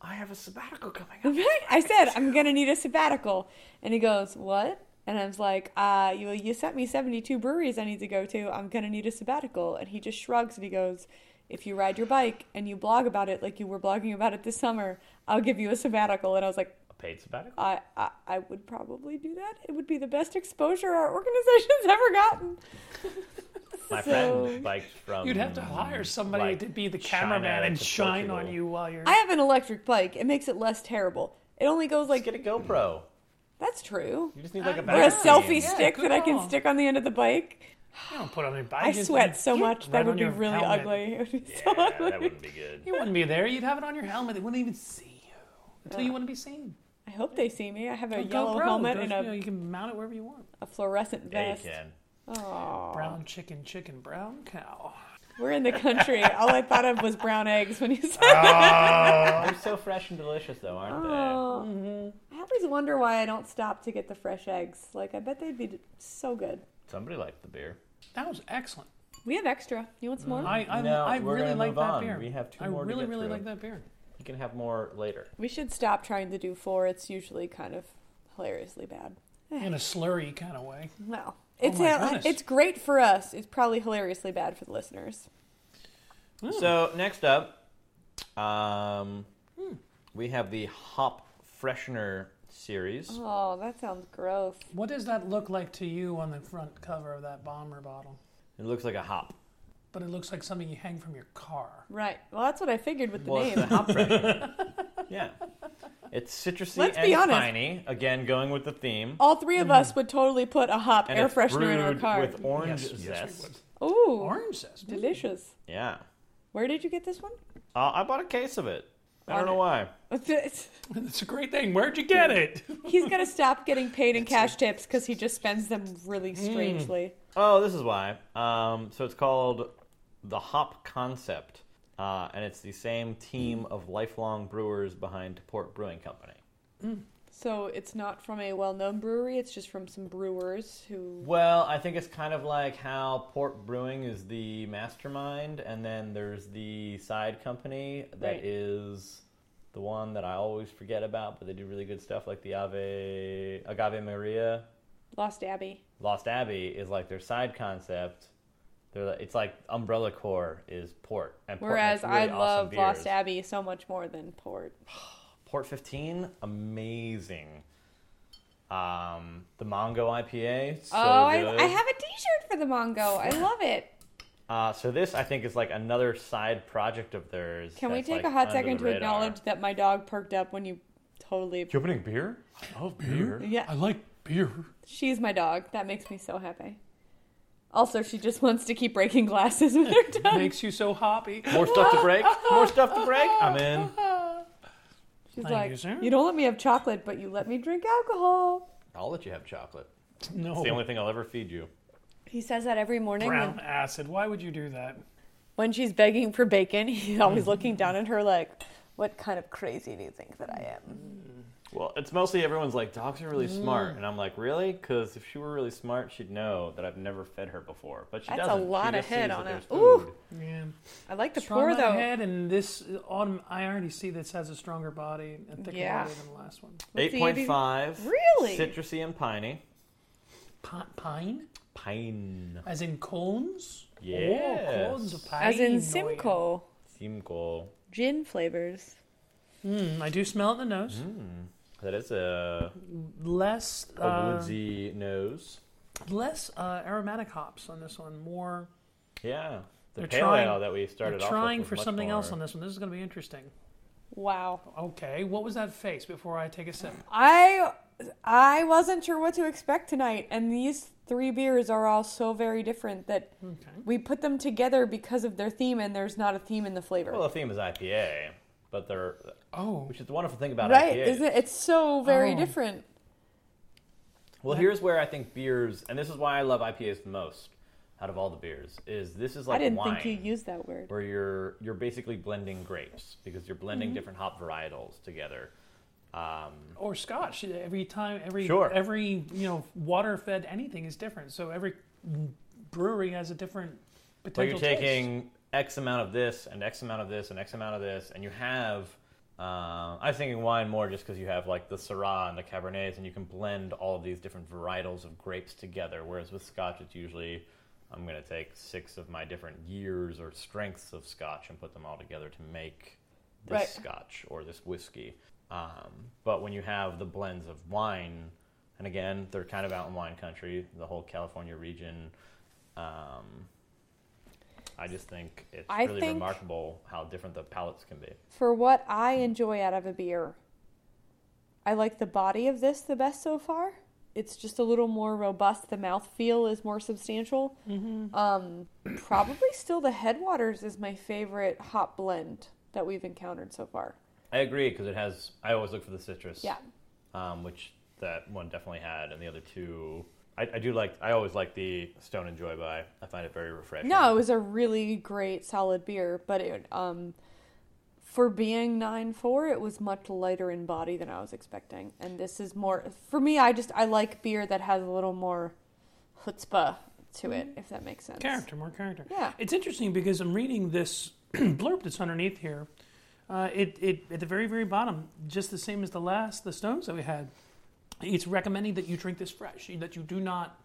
Speaker 2: I have a sabbatical coming up.
Speaker 1: I said, I'm going to need a sabbatical. And he goes, What? And I was like, uh, you, you sent me 72 breweries I need to go to. I'm going to need a sabbatical. And he just shrugs and he goes, If you ride your bike and you blog about it like you were blogging about it this summer, I'll give you a sabbatical. And I was like,
Speaker 2: A paid sabbatical?
Speaker 1: I, I, I would probably do that. It would be the best exposure our organization's ever gotten.
Speaker 2: My
Speaker 1: So-
Speaker 2: friend biked from.
Speaker 3: You'd have to hire somebody
Speaker 2: like,
Speaker 3: to be the
Speaker 2: China
Speaker 3: cameraman and
Speaker 2: to
Speaker 3: shine
Speaker 2: Portugal.
Speaker 3: on you while you're.
Speaker 1: I have an electric bike. It makes it less terrible. It only goes
Speaker 2: Like,
Speaker 1: like,
Speaker 2: get a GoPro.
Speaker 1: that's true.
Speaker 2: You just need like a
Speaker 3: Uh,
Speaker 1: Or a
Speaker 2: battery.
Speaker 1: selfie
Speaker 3: Yeah,
Speaker 1: stick
Speaker 3: good
Speaker 1: that I can
Speaker 3: call.
Speaker 1: stick on the end of the bike.
Speaker 3: you don't put on your bike.
Speaker 1: I
Speaker 3: just-
Speaker 1: sweat so
Speaker 3: you-
Speaker 1: much.
Speaker 3: right
Speaker 1: That
Speaker 3: on
Speaker 1: would be
Speaker 3: your
Speaker 1: really
Speaker 3: helmet.
Speaker 1: ugly. It would be so
Speaker 2: Yeah, that
Speaker 1: ugly.
Speaker 2: wouldn't be good.
Speaker 3: You wouldn't be there. You'd have it on your helmet. They wouldn't even see you until you want to be seen.
Speaker 1: I hope they see me. I have a
Speaker 3: A
Speaker 1: yellow
Speaker 3: GoPro
Speaker 1: helmet
Speaker 3: goes-
Speaker 1: and
Speaker 3: you, know,
Speaker 1: a,
Speaker 3: you can mount it wherever you want.
Speaker 1: a fluorescent
Speaker 2: Yeah, you
Speaker 1: vest.
Speaker 2: can.
Speaker 1: Aw.
Speaker 3: Brown chicken, chicken, brown cow.
Speaker 1: We're in the country. All I thought of was brown eggs when you said that.
Speaker 2: They're so fresh and delicious, though, aren't they?
Speaker 1: Oh. I always wonder why I don't stop to get the fresh eggs. Like, I bet they'd be d- so good.
Speaker 2: Somebody liked the beer.
Speaker 3: That was excellent.
Speaker 1: We have extra. You want some more?
Speaker 3: I I,
Speaker 2: No,
Speaker 3: I
Speaker 2: we're
Speaker 3: really
Speaker 2: gonna
Speaker 3: like
Speaker 2: move
Speaker 3: that
Speaker 2: on.
Speaker 3: beer.
Speaker 2: We have two
Speaker 3: I
Speaker 2: more to
Speaker 3: really
Speaker 2: get
Speaker 3: really
Speaker 2: through.
Speaker 3: like that beer.
Speaker 2: You can have more later.
Speaker 1: we should stop trying to do four. It's usually kind of hilariously bad.
Speaker 3: In a slurry kind of way.
Speaker 1: Well, it's,
Speaker 3: my
Speaker 1: uh,
Speaker 3: goodness.
Speaker 1: it's great for us. It's probably hilariously bad for the listeners. Hmm.
Speaker 2: So next up, um, we have the Hop Freshener series.
Speaker 1: Oh, that sounds gross.
Speaker 3: What does that look like to you on the front cover of that bomber bottle?
Speaker 2: It looks like a hop.
Speaker 3: But it looks like something you hang from your car.
Speaker 1: Right. Well, that's what I figured with the
Speaker 2: Well, it's the
Speaker 1: name.
Speaker 2: hop freshener. yeah, it's citrusy
Speaker 1: Let's
Speaker 2: and
Speaker 1: be honest.
Speaker 2: piney. Again, going with the theme.
Speaker 1: All three of us would totally put a hop
Speaker 2: and
Speaker 1: air
Speaker 2: it's
Speaker 1: freshener in our
Speaker 2: brewed
Speaker 1: car.
Speaker 2: with orange
Speaker 3: Yes, yes, we
Speaker 2: zest.
Speaker 3: would.
Speaker 1: Ooh,
Speaker 3: Orange zest. didn't it?
Speaker 1: delicious.
Speaker 2: yeah,
Speaker 1: Where did you get this one?
Speaker 2: uh, I bought a case of it. I
Speaker 1: On
Speaker 2: don't know
Speaker 1: it.
Speaker 2: why.
Speaker 3: It's a great thing. Where'd you get it?
Speaker 1: He's gonna stop getting paid in cash tips because he just spends them really
Speaker 2: Mm.
Speaker 1: strangely.
Speaker 2: Oh, this is why. Um, so it's called the Hop Concept, uh, and it's the same team of lifelong brewers behind Port Brewing Company.
Speaker 1: So it's not from a well-known brewery. It's just from some brewers who.
Speaker 2: Well, I think it's kind of like how Port Brewing is the mastermind, and then there's the side company
Speaker 1: Right.
Speaker 2: that is the one that I always forget about, but they do really good stuff, like the Ave Agave Maria.
Speaker 1: Lost Abbey.
Speaker 2: Lost Abbey is like their side concept. They're like, it's like Umbrella Core is Port, and Port
Speaker 1: Whereas
Speaker 2: makes really
Speaker 1: I
Speaker 2: awesome
Speaker 1: love Lost
Speaker 2: beers.
Speaker 1: Abbey so much more than Port.
Speaker 2: Port 15, amazing. Um, the Mongo IPA, so
Speaker 1: oh, I,
Speaker 2: good.
Speaker 1: I have a T-shirt for the Mongo. I love it.
Speaker 2: Uh, so this, I think, is like another side project of theirs.
Speaker 1: Can we
Speaker 2: that's,
Speaker 1: take
Speaker 2: like,
Speaker 1: a hot
Speaker 2: under
Speaker 1: second
Speaker 2: the
Speaker 1: to
Speaker 2: radar.
Speaker 1: acknowledge that my dog perked up when you totally
Speaker 2: You opening beer?
Speaker 4: I love beer.
Speaker 1: Yeah.
Speaker 4: I like beer.
Speaker 1: She's my dog. That makes me so happy. Also, she just wants to keep breaking glasses with her tongue.
Speaker 3: Makes you so hoppy.
Speaker 2: More stuff to break? More stuff to break? I'm in.
Speaker 1: Ah. She's
Speaker 3: Thank
Speaker 1: like,
Speaker 3: you, sir.
Speaker 1: you don't let me have chocolate, but you let me drink alcohol.
Speaker 2: I'll let you have chocolate. It's
Speaker 3: No.
Speaker 2: the only thing I'll ever feed you.
Speaker 1: He says that every morning
Speaker 3: Brown
Speaker 1: when,
Speaker 3: acid. Why would you do that?
Speaker 1: when she's begging for bacon. He's always
Speaker 3: Mm-hmm.
Speaker 1: looking down at her like, what kind of crazy do you think that I am?
Speaker 2: Well, it's mostly everyone's like, dogs are really
Speaker 1: Mm.
Speaker 2: smart. And I'm like, really? Because if she were really smart, she'd know that I've never fed her before. But she
Speaker 1: That's a
Speaker 2: doesn't. She
Speaker 1: lot of
Speaker 2: just
Speaker 1: head
Speaker 2: sees
Speaker 1: on
Speaker 2: that
Speaker 1: it.
Speaker 2: there's
Speaker 1: Ooh.
Speaker 2: food.
Speaker 3: Yeah.
Speaker 1: I like the pour
Speaker 3: Stronger
Speaker 1: though.
Speaker 3: head, and this uh, autumn, I already see this has a stronger body, a thicker
Speaker 1: Yeah.
Speaker 3: body than the last one.
Speaker 1: Let's see, maybe-
Speaker 2: 8.5.
Speaker 1: Really?
Speaker 2: Citrusy and piney.
Speaker 3: Pi- Pine,
Speaker 2: Pine.
Speaker 3: as in cones.
Speaker 2: Yes.
Speaker 3: Oh, cones of pine.
Speaker 1: As in
Speaker 3: Oh, yeah.
Speaker 1: Simcoe,
Speaker 2: Simcoe.
Speaker 1: gin flavors.
Speaker 3: Mm, I do smell it in the nose.
Speaker 2: Hmm. That is a,
Speaker 3: Less,
Speaker 2: a
Speaker 3: uh,
Speaker 2: woodsy nose.
Speaker 3: less uh, aromatic hops on this one. More.
Speaker 2: Yeah, the
Speaker 3: They're
Speaker 2: pale
Speaker 3: trying-
Speaker 2: ale that we
Speaker 3: They're
Speaker 2: started off with
Speaker 3: trying
Speaker 2: was
Speaker 3: for
Speaker 2: much
Speaker 3: something else
Speaker 2: more-
Speaker 3: on this one. This is going to be interesting.
Speaker 1: Wow.
Speaker 3: Okay, what was that face before I take a sip?
Speaker 1: I I wasn't sure what to expect tonight, and these three beers are all so very different that we put them together because of their theme, and there's not a theme in the flavor.
Speaker 2: Well, the theme is IPA, but they're
Speaker 3: Oh,
Speaker 2: which is the wonderful thing about
Speaker 1: right?
Speaker 2: IPA.
Speaker 1: Isn't it? It's so very
Speaker 3: Oh.
Speaker 1: different.
Speaker 2: Well, here's where I think beers, and this is why I love IPAs the most out of all the beers, is this is like
Speaker 1: I didn't
Speaker 2: wine,
Speaker 1: think you used that word.
Speaker 2: where you're you're basically blending grapes because you're blending
Speaker 1: Mm-hmm.
Speaker 2: different hop varietals together. Um,
Speaker 3: or scotch. Every time, every
Speaker 2: Sure.
Speaker 3: every you know water fed anything is different. So every brewery has a different
Speaker 2: where
Speaker 3: potential.
Speaker 2: you're taking X amount of this and X amount of this and X amount of this, and you have. Um, I was thinking wine more just because you have like the Syrah and the Cabernets, and you can blend all of these different varietals of grapes together. Whereas with Scotch, it's usually I'm going to take six of my different years or strengths of Scotch and put them all together to make this
Speaker 1: Right.
Speaker 2: Scotch or this whiskey. Um, but when you have the blends of wine, and again, they're kind of out in wine country, the whole California region. Um, I just think it's
Speaker 1: I
Speaker 2: really
Speaker 1: think-
Speaker 2: remarkable how different the palettes can be.
Speaker 1: For what I enjoy out of a beer, I like the body of this the best so far. It's just a little more robust. The mouthfeel is more substantial. Um, probably still the Headwaters is my favorite hop blend that we've encountered so far.
Speaker 2: I agree because it has. I always look for the citrus.
Speaker 1: Yeah.
Speaker 2: Um, which that one definitely had, and the other two. I, I do like. I always like the Stone and Joy by. I find it very refreshing.
Speaker 1: No, it was a really great solid beer, but it um for being 9.4, it was much lighter in body than I was expecting. And this is more for me, I just I like beer that has a little more chutzpah to it, if that makes sense.
Speaker 3: character, more character.
Speaker 1: Yeah.
Speaker 3: It's interesting because I'm reading this blurb that's underneath here. Uh, it, it at the very very bottom, just the same as the last the stones that we had. It's recommending that you drink this fresh, that you do not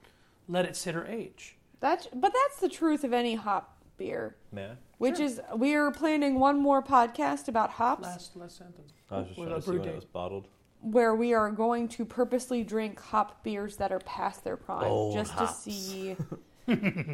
Speaker 3: let it sit or age.
Speaker 1: That's but that's the truth of any hop beer.
Speaker 2: Yeah.
Speaker 1: Which is we're planning one more podcast about hops
Speaker 3: Last last sentence.
Speaker 1: Oh,
Speaker 2: I was just
Speaker 3: With
Speaker 2: trying
Speaker 3: a
Speaker 2: to see
Speaker 3: brew
Speaker 2: when it
Speaker 3: date.
Speaker 2: was bottled.
Speaker 1: where we are going to purposely drink hop beers that are past their prime
Speaker 2: Old
Speaker 1: just
Speaker 2: Oh, hops. Oh.
Speaker 1: to see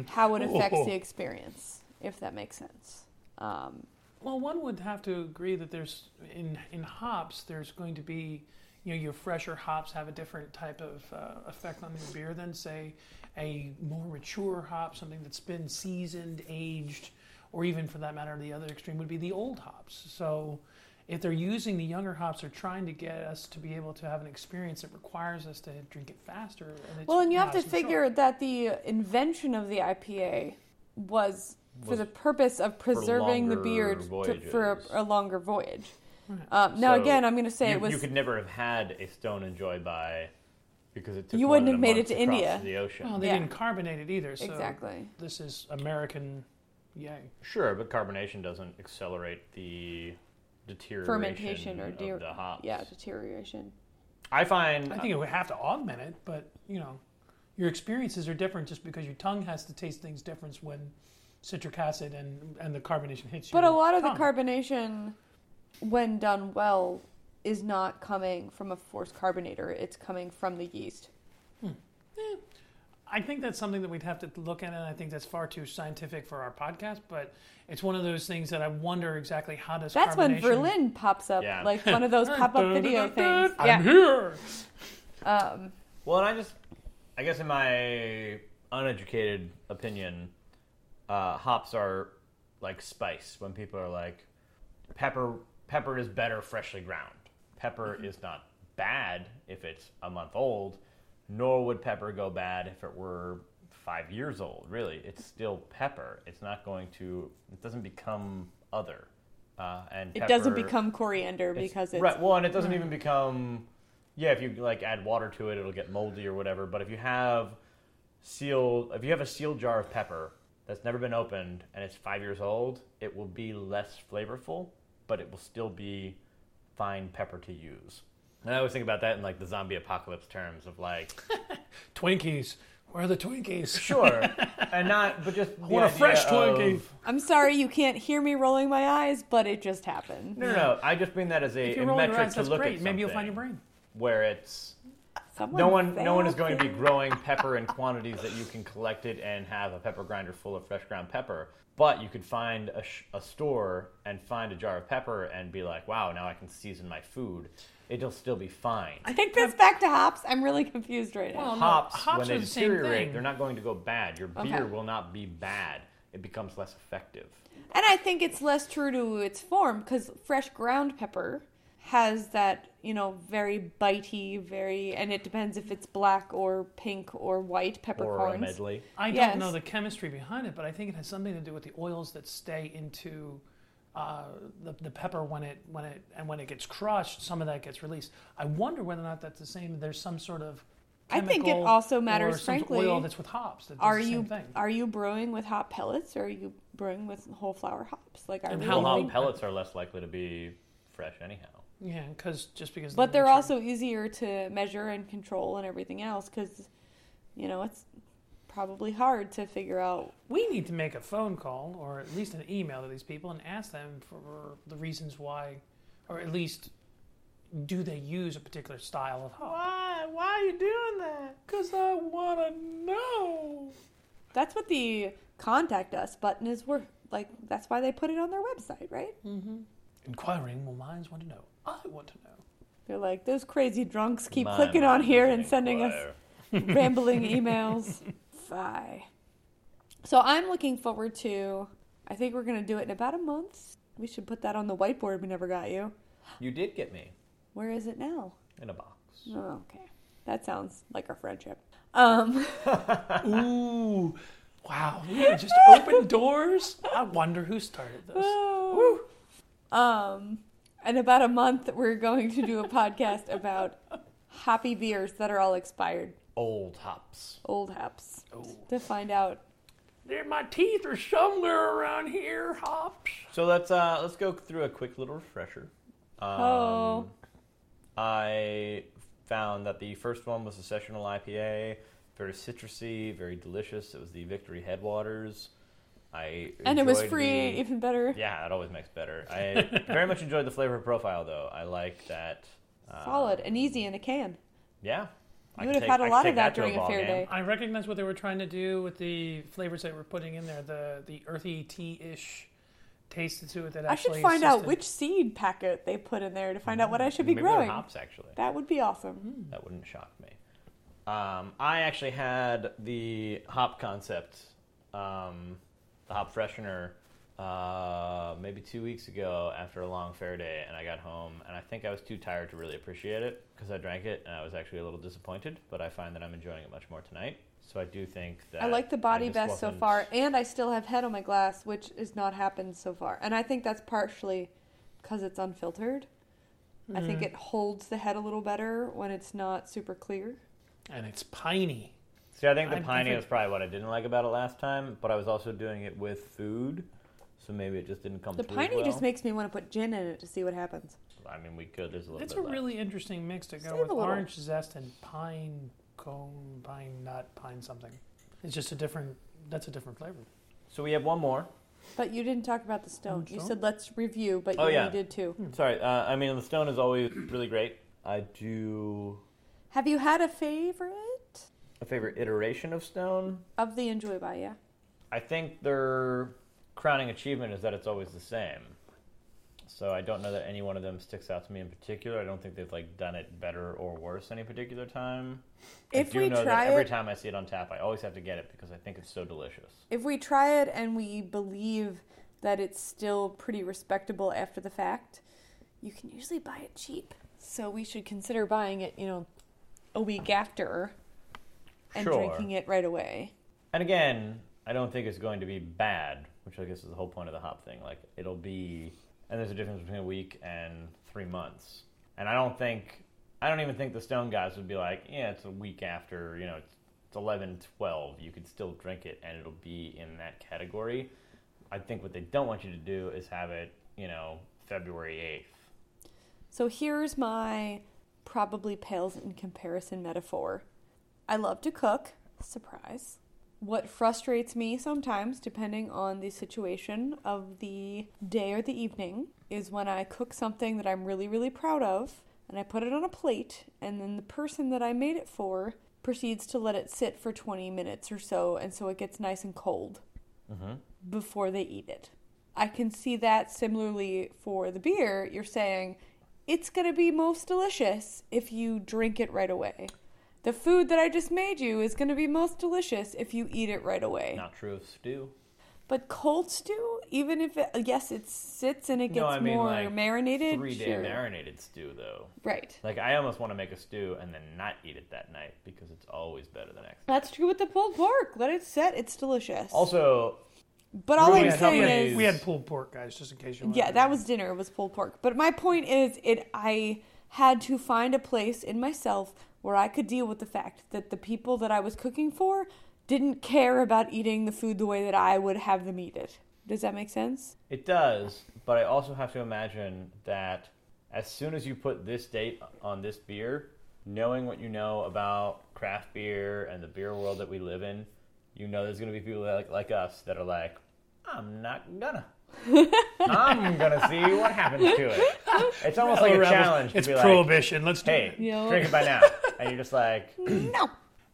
Speaker 1: how it affects the experience, if that makes sense. Um,
Speaker 3: Well, one would have to agree that there's in in hops there's going to be you know your fresher hops have a different type of uh, effect on your beer than say a more mature hop, something that's been seasoned, aged, or even for that matter, the other extreme would be the old hops. So. If they're using the younger hops, they're trying to get us to be able to have an experience that requires us to drink it faster. And it's
Speaker 1: well, and you have
Speaker 3: not
Speaker 1: to
Speaker 3: as mature.
Speaker 1: figure that the invention of the IPA was for
Speaker 2: Was
Speaker 1: the purpose of preserving the beer
Speaker 2: longer
Speaker 1: to, for
Speaker 2: voyages.
Speaker 1: a, a longer voyage. Um, now,
Speaker 2: So
Speaker 1: again, I'm going to say
Speaker 2: you,
Speaker 1: it was
Speaker 2: You could never have had a Stone and Joy by because it took
Speaker 1: You
Speaker 2: more
Speaker 1: wouldn't
Speaker 2: than a
Speaker 1: have made
Speaker 2: month
Speaker 1: it to India.
Speaker 2: cross
Speaker 1: Oh.
Speaker 2: The ocean.
Speaker 3: Well, they
Speaker 1: Yeah.
Speaker 3: didn't carbonate it either. So
Speaker 1: exactly.
Speaker 3: This is American, yay.
Speaker 2: Sure, but carbonation doesn't accelerate the deterioration
Speaker 1: Fermentation or de-
Speaker 2: of the hops.
Speaker 1: yeah deterioration.
Speaker 2: I find
Speaker 3: I
Speaker 1: Uh,
Speaker 3: think it would have to augment it, but you know, your experiences are different just because your tongue has to taste things different when citric acid and and the carbonation hits you.
Speaker 1: But a lot of the carbonation, when done well, is not coming from a forced carbonator. It's coming from the yeast.
Speaker 3: I think that's something that we'd have to look at, and I think that's far too scientific for our podcast. But it's one of those things that I wonder exactly how does
Speaker 1: That's when
Speaker 3: carbonation-
Speaker 1: Berlin pops up,
Speaker 2: Yeah.
Speaker 1: like one of those pop-up video things.
Speaker 3: I'm
Speaker 1: Yeah.
Speaker 3: here.
Speaker 1: Um,
Speaker 2: Well, and I just, I guess in my uneducated opinion, uh, hops are like spice. When people are like, pepper, pepper is better freshly ground. Pepper
Speaker 1: Mm-hmm.
Speaker 2: is not bad if it's a month old, nor would pepper go bad if it were five years old. Really, it's still pepper. It's not going to. It doesn't become other. Uh, and
Speaker 1: it doesn't
Speaker 2: pepper-
Speaker 1: become coriander because it's
Speaker 2: right. Well, and it
Speaker 3: hmm.
Speaker 2: doesn't even become. Yeah, if you like add water to it, it'll get moldy or whatever. But if you have sealed, if you have a sealed jar of pepper that's never been opened and it's five years old, it will be less flavorful, but it will still be fine pepper to use. And I always think about that in like the zombie apocalypse terms of like,
Speaker 3: Twinkies. Where are the Twinkies?
Speaker 2: sure, and not, but just the
Speaker 3: want a
Speaker 2: idea
Speaker 3: fresh
Speaker 2: of-
Speaker 3: Twinkie.
Speaker 1: I'm sorry you can't hear me rolling my eyes, but it just happened.
Speaker 2: No, no, no. I just mean that as a,
Speaker 3: If
Speaker 2: a
Speaker 3: you're rolling your
Speaker 2: metric
Speaker 3: eyes,
Speaker 2: to
Speaker 3: that's
Speaker 2: look
Speaker 3: great.
Speaker 2: at.
Speaker 3: Maybe you'll find your
Speaker 2: something
Speaker 3: brain.
Speaker 2: where it's
Speaker 1: Someone
Speaker 2: No one, no one is
Speaker 1: failed
Speaker 2: going to be
Speaker 1: it.
Speaker 2: growing pepper in quantities that you can collect it and have a pepper grinder full of fresh ground pepper. But you could find a, sh- a store and find a jar of pepper and be like, wow, now I can season my food. It'll still be fine.
Speaker 1: Take this back to hops. I'm really confused right now.
Speaker 3: Well, no,
Speaker 2: Hops,
Speaker 3: hops
Speaker 2: when
Speaker 3: are
Speaker 2: they
Speaker 3: the same
Speaker 2: deteriorate,
Speaker 3: thing.
Speaker 2: they're not going to go bad. Your
Speaker 1: Okay.
Speaker 2: beer will not be bad. It becomes less effective.
Speaker 1: And I think it's less true to its form because fresh ground pepper has that, you know, very bitey, very, and it depends if it's black or pink or white
Speaker 2: Or
Speaker 3: uh,
Speaker 2: a
Speaker 1: peppercorns.
Speaker 2: medley.
Speaker 3: I don't
Speaker 1: Yes.
Speaker 3: know the chemistry behind it, but I think it has something to do with the oils that stay into uh, the, the pepper when it when it and when it gets crushed. Some of that gets released. I wonder whether or not that's the same. There's some sort of
Speaker 1: I think it
Speaker 3: chemical
Speaker 1: also
Speaker 3: or
Speaker 1: matters,
Speaker 3: some
Speaker 1: frankly,
Speaker 3: oil that's with hops. That does
Speaker 1: Are
Speaker 3: the
Speaker 1: you
Speaker 3: same thing.
Speaker 1: are you brewing with hop pellets or are you brewing with whole flower hops? Like I
Speaker 3: And
Speaker 1: really
Speaker 3: how
Speaker 2: Well, hop
Speaker 1: think-
Speaker 2: pellets are less likely to be fresh anyhow.
Speaker 3: yeah, because just because.
Speaker 1: but
Speaker 3: the
Speaker 1: they're
Speaker 3: nature-
Speaker 1: also easier to measure and control and everything else because, you know, it's probably hard to figure out.
Speaker 3: We need to make a phone call or at least an email to these people and ask them for the reasons why, or at least do they use a particular style of hop?
Speaker 2: Why? Why are you doing that?
Speaker 3: Because I want to know.
Speaker 1: That's what the contact us button is worth. Like that's why they put it on their website, right?
Speaker 2: Mm-hmm.
Speaker 3: Inquiring will minds want to know. I want to know.
Speaker 1: They're like, those crazy drunks keep clicking on here and sending us rambling emails. Fie. So I'm looking forward to, I think we're going to do it in about a month. We should put that on the whiteboard. We never got you.
Speaker 2: You did get me
Speaker 1: Where is it now?
Speaker 2: in a box.
Speaker 1: Oh, okay. That sounds like our friendship. Um,
Speaker 3: Ooh, wow. We gotta just open doors. I wonder who started this.
Speaker 1: um, in about a month, we're going to do a podcast about hoppy beers that are all expired,
Speaker 2: Old hops.
Speaker 1: old hops, to find out
Speaker 3: There, my teeth are somewhere around here, hops.
Speaker 2: So let's uh, let's go through a quick little refresher. Um,
Speaker 1: Oh.
Speaker 2: I found that the first one was a sessional IPA, very citrusy, very delicious. It was the Victory Headwaters. I
Speaker 1: and it was
Speaker 2: enjoyed
Speaker 1: free,
Speaker 2: the-
Speaker 1: even better.
Speaker 2: yeah, it always makes better. I very much enjoyed the flavor profile though. I like that. Uh,
Speaker 1: Solid and easy in a can.
Speaker 2: Yeah. I
Speaker 1: You
Speaker 2: could
Speaker 1: would have
Speaker 2: take-
Speaker 1: had
Speaker 2: I
Speaker 1: a
Speaker 2: could
Speaker 1: lot
Speaker 2: take
Speaker 1: of that,
Speaker 2: to
Speaker 1: during a
Speaker 2: ball
Speaker 1: fair
Speaker 2: game.
Speaker 1: day.
Speaker 3: I recognize what they were trying to do with the flavors they were putting in there, the the earthy tea ish taste to it that
Speaker 1: I should
Speaker 3: actually
Speaker 1: find out
Speaker 3: assisted.
Speaker 1: which seed packet they put in there to find out what I should be
Speaker 2: Maybe they're Mm-hmm.
Speaker 1: growing.
Speaker 2: hops actually.
Speaker 1: That would be awesome.
Speaker 2: That wouldn't shock me. Um, I actually had the hop concept, um, the hop freshener, uh, maybe two weeks ago after a long fair day, and I got home, and I think I was too tired to really appreciate it because I drank it, and I was actually a little disappointed. But I find that I'm enjoying it much more tonight. So I do think that
Speaker 1: I like the body
Speaker 2: just
Speaker 1: best so
Speaker 2: wasn't-
Speaker 1: far, and I still have head on my glass, which has not happened so far. And I think that's partially because it's unfiltered. I think
Speaker 2: Mm-hmm.
Speaker 1: it holds the head a little better when it's not super clear.
Speaker 3: and it's piney.
Speaker 2: See, I think the
Speaker 3: I'm- I
Speaker 2: piney
Speaker 3: think-
Speaker 2: was probably what I didn't like about it last time, but I was also doing it with food, so maybe it just didn't come.
Speaker 1: The
Speaker 2: through
Speaker 1: piney
Speaker 2: well.
Speaker 1: just makes me want to put gin in it to see what happens.
Speaker 2: I mean, we could. There's a little.
Speaker 3: That's
Speaker 2: bit
Speaker 3: a
Speaker 2: left.
Speaker 3: really interesting mix to
Speaker 1: Save
Speaker 3: go
Speaker 1: a
Speaker 3: with
Speaker 1: little.
Speaker 3: orange zest and pine cone, pine nut, pine something. It's just a different. That's a different flavor.
Speaker 2: So we have one more.
Speaker 1: But you didn't talk about the stone. You
Speaker 3: Stone?
Speaker 1: said let's review, but you
Speaker 2: Oh,
Speaker 1: only
Speaker 2: yeah.
Speaker 1: did two.
Speaker 2: Sorry, uh, I mean the stone is always really great. I do
Speaker 1: Have you had a favorite
Speaker 2: a favorite iteration of stone.
Speaker 1: of the Enjoy By? Yeah.
Speaker 2: I think their crowning achievement is that it's always the same. So I don't know that any one of them sticks out to me in particular. I don't think they've like done it better or worse any particular time. I
Speaker 1: If
Speaker 2: do
Speaker 1: we
Speaker 2: know
Speaker 1: try
Speaker 2: that every
Speaker 1: it-
Speaker 2: time I see it on tap, I always have to get it because I think it's so delicious.
Speaker 1: If we try it and we believe that it's still pretty respectable after the fact, you can usually buy it cheap. So we should consider buying it, you know, a week after and
Speaker 2: Sure.
Speaker 1: drinking it right away.
Speaker 2: And again, I don't think it's going to be bad, which I guess is the whole point of the hop thing. Like it'll be, and there's a difference between a week and three months. And I don't think, I don't even think the Stone guys would be like, yeah, it's a week after, you know, it's, it's 11, 12. You could still drink it, and it'll be in that category. I think what they don't want you to do is have it, you know, February eighth.
Speaker 1: So here's my probably pales in comparison metaphor. I love to cook, surprise. What frustrates me sometimes, depending on the situation of the day or the evening, is when I cook something that I'm really, really proud of, and I put it on a plate, and then the person that I made it for proceeds to let it sit for 20 minutes or so, and so it gets nice and cold before they eat it. I can see that similarly for the beer. You're saying it's going to be most delicious if you drink it right away. The food that I just made you is going to be most delicious if you eat it right away.
Speaker 2: Not true of stew.
Speaker 1: But cold stew, even if it, yes, it sits and it gets
Speaker 2: no, I mean
Speaker 1: more
Speaker 2: like
Speaker 1: marinated.
Speaker 2: Three day
Speaker 1: sure.
Speaker 2: marinated stew though.
Speaker 1: Right.
Speaker 2: Like I almost want to make a stew and then not eat it that night because it's always better the next. night.
Speaker 1: That's true with the pulled pork. Let it set. It's delicious.
Speaker 2: Also,
Speaker 1: but all
Speaker 2: Ruin
Speaker 1: I'm
Speaker 2: it.
Speaker 1: saying
Speaker 3: we,
Speaker 2: Somebody-
Speaker 1: is,
Speaker 3: had, we had pulled pork, guys, just in case you.
Speaker 1: yeah, that was dinner. It was pulled pork. But my point is, it I had to find a place in myself where I could deal with the fact that the people that I was cooking for didn't care about eating the food the way that I would have them eat it. Does that make sense?
Speaker 2: It does, but I also have to imagine that as soon as you put this date on this beer, knowing what you know about craft beer and the beer world that we live in, you know there's going to be people like, like us that are like, I'm not gonna. I'm gonna see what happens to it. It's almost like a challenge to
Speaker 3: It's
Speaker 2: be like,
Speaker 3: prohibition. Let's do
Speaker 2: hey,
Speaker 3: it.
Speaker 1: Yeah.
Speaker 2: drink it by now. And you're just like,
Speaker 1: No.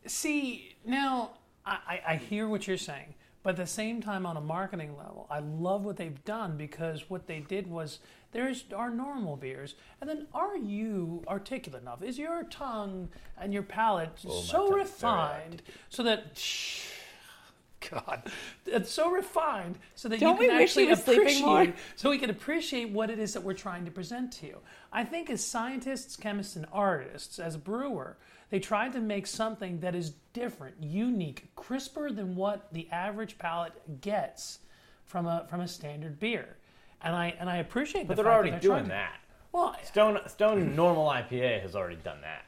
Speaker 3: See now, I, I I hear what you're saying, but at the same time, on a marketing level, I love what they've done because what they did was there's our normal beers, and then are you articulate enough? Is your tongue and your palate
Speaker 2: Oh, my tongue's
Speaker 3: so
Speaker 2: very
Speaker 3: refined so that? God, it's so refined so that
Speaker 1: Don't
Speaker 3: you
Speaker 1: we
Speaker 3: can
Speaker 1: wish he
Speaker 3: actually
Speaker 1: was sleeping
Speaker 3: appreciate
Speaker 1: more?
Speaker 3: so we can appreciate what it is that we're trying to present to you. I think as scientists, chemists, and artists, as a brewer, they try to make something that is different, unique, crisper than what the average palate gets from a from a standard beer. And I and I appreciate
Speaker 2: but
Speaker 3: the
Speaker 2: they're
Speaker 3: fact
Speaker 2: already
Speaker 3: that they're
Speaker 2: doing
Speaker 3: trying to-
Speaker 2: that.
Speaker 3: Well,
Speaker 2: Stone Stone Normal IPA has already done that.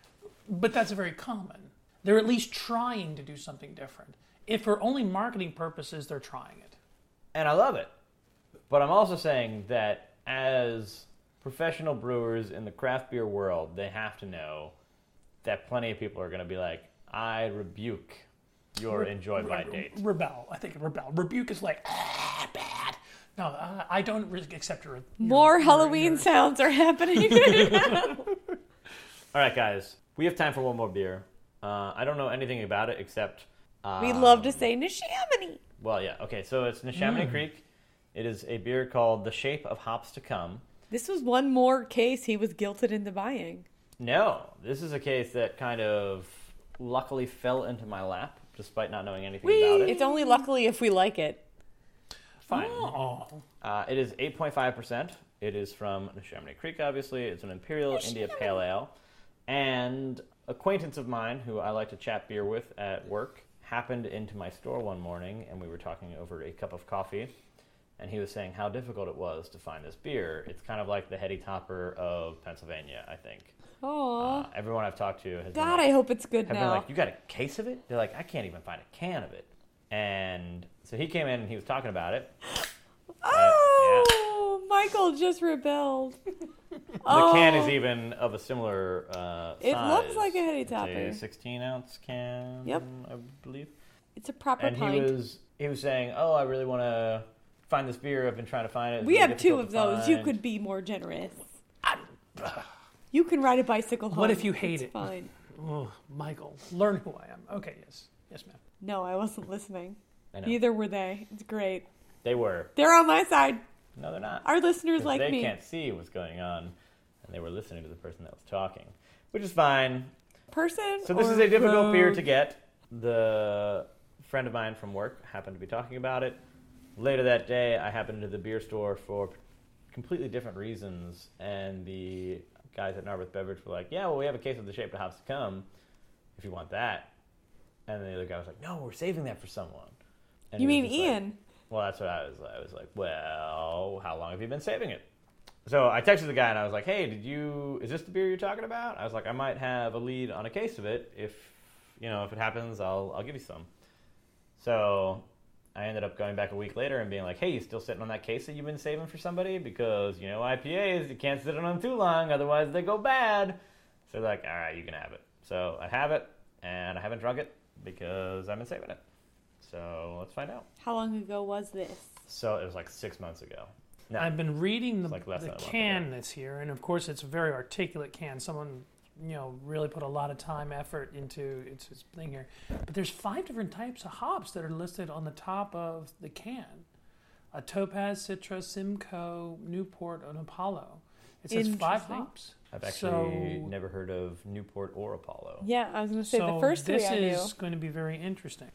Speaker 3: but that's very common. They're at least trying to do something different. If for only marketing purposes, they're trying it.
Speaker 2: and I love it. But I'm also saying that as professional brewers in the craft beer world, they have to know that plenty of people are going to be like, "I rebuke your enjoy by date."
Speaker 3: Rebel. I think rebel. Rebuke is like ah, bad. No, I, I don't re- accept your, your
Speaker 1: More
Speaker 3: your-
Speaker 1: Halloween
Speaker 3: your-
Speaker 1: sounds are happening.
Speaker 2: All right, guys, we have time for one more beer. Uh, I don't know anything about it except uh,
Speaker 1: we love Mm. to say Nishamani.
Speaker 2: Well, yeah, okay. So it's Neshaminy Creek. It is a beer called "The Shape of Hops to Come."
Speaker 1: This was one more case he was guilted into buying.
Speaker 2: No, this is a case that kind of luckily fell into my lap, despite not knowing anything about it.
Speaker 1: It's only luckily if we like it.
Speaker 2: Fine.
Speaker 3: Oh,
Speaker 2: Uh, it is 8.5%. It is from Neshaminy Creek, obviously. It's an Imperial India Pale Ale. And acquaintance of mine, who I like to chat beer with at work, happened into my store one morning, and we were talking over a cup of coffee. And he was saying how difficult it was to find this beer. It's kind of like the heady topper of Pennsylvania, I think.
Speaker 1: Oh
Speaker 2: Uh, everyone I've talked to has been
Speaker 1: God,
Speaker 2: like,
Speaker 1: I hope it's good
Speaker 2: have
Speaker 1: now.
Speaker 2: been like, "You got a case of it?" They're like, "I can't even find a can of it." And so he came in and he was talking about it.
Speaker 1: oh, Michael just rebelled.
Speaker 2: The can
Speaker 1: Oh.
Speaker 2: is e- even of a similar uh,
Speaker 1: It
Speaker 2: size.
Speaker 1: looks like a heady
Speaker 2: It's
Speaker 1: topper.
Speaker 2: a 16 ounce can.
Speaker 1: Yep.
Speaker 2: I believe.
Speaker 1: It's a proper
Speaker 2: And he
Speaker 1: pint.
Speaker 2: was he was saying, "Oh, I really want to find this beer. I've been trying to find it. It's
Speaker 1: we
Speaker 2: really
Speaker 1: have two
Speaker 2: difficult
Speaker 1: of
Speaker 2: to
Speaker 1: those. You
Speaker 2: find."
Speaker 1: could be more generous. You can ride a bicycle home.
Speaker 3: if you hate
Speaker 1: It's
Speaker 3: it?
Speaker 1: Fine.
Speaker 3: oh, Michael, learn who I am. Okay, yes, yes, ma'am.
Speaker 1: No, I wasn't listening.
Speaker 2: I know.
Speaker 1: Neither were they. It's great.
Speaker 2: They were.
Speaker 1: They're on my side.
Speaker 2: No, they're not.
Speaker 1: Our listeners
Speaker 2: 'Cause
Speaker 1: like
Speaker 2: they
Speaker 1: me.
Speaker 2: can't see what's going on, and they were listening to the person that was talking, which is fine.
Speaker 1: Person.
Speaker 2: So this
Speaker 1: or
Speaker 2: is a difficult beer
Speaker 1: road.
Speaker 2: to get. The friend of mine from work happened to be talking about it. Later that day, I happened to the beer store for completely different reasons, and the guys at Narberth Beverage were like, "Yeah, well, we have a case of the shape of hops to come, if you want that." And the other guy was like, "No, we're saving that for someone." And
Speaker 1: You
Speaker 2: it
Speaker 1: mean
Speaker 2: was just like-
Speaker 1: Ian?
Speaker 2: well, that's what I was. I was like, well, how long have you been saving it? So I texted the guy and I was like, hey, did you? Is this the beer you're talking about? I was like, I might have a lead on a case of it. If you know, if it happens, I'll I'll give you some. So I ended up going back a week later and being like, hey, you still sitting on that case that you've been saving for somebody? Because you know, IPAs, you can't sit on them too long, otherwise they go bad. So they're like, all right, you can have it. So I have it, and I haven't drunk it because I've been saving it. So let's find out.
Speaker 1: How long ago was this?
Speaker 2: So it was like six months ago. No.
Speaker 3: I've been reading the,
Speaker 2: like less
Speaker 3: the
Speaker 2: than a month ago.
Speaker 3: can this year, and of course it's a very articulate can. Someone you know really put a lot of time, effort into its, its thing here. But there's five different types of hops that are listed on the top of the can: a topaz, Citra, Simcoe, Newport, and Apollo. It says five
Speaker 1: Interesting.
Speaker 3: hops.
Speaker 2: I've actually
Speaker 3: So-
Speaker 2: never heard of Newport or Apollo.
Speaker 1: Yeah, I was gonna say
Speaker 3: so
Speaker 1: the first three
Speaker 3: this
Speaker 1: I knew.
Speaker 3: is going to be very interesting.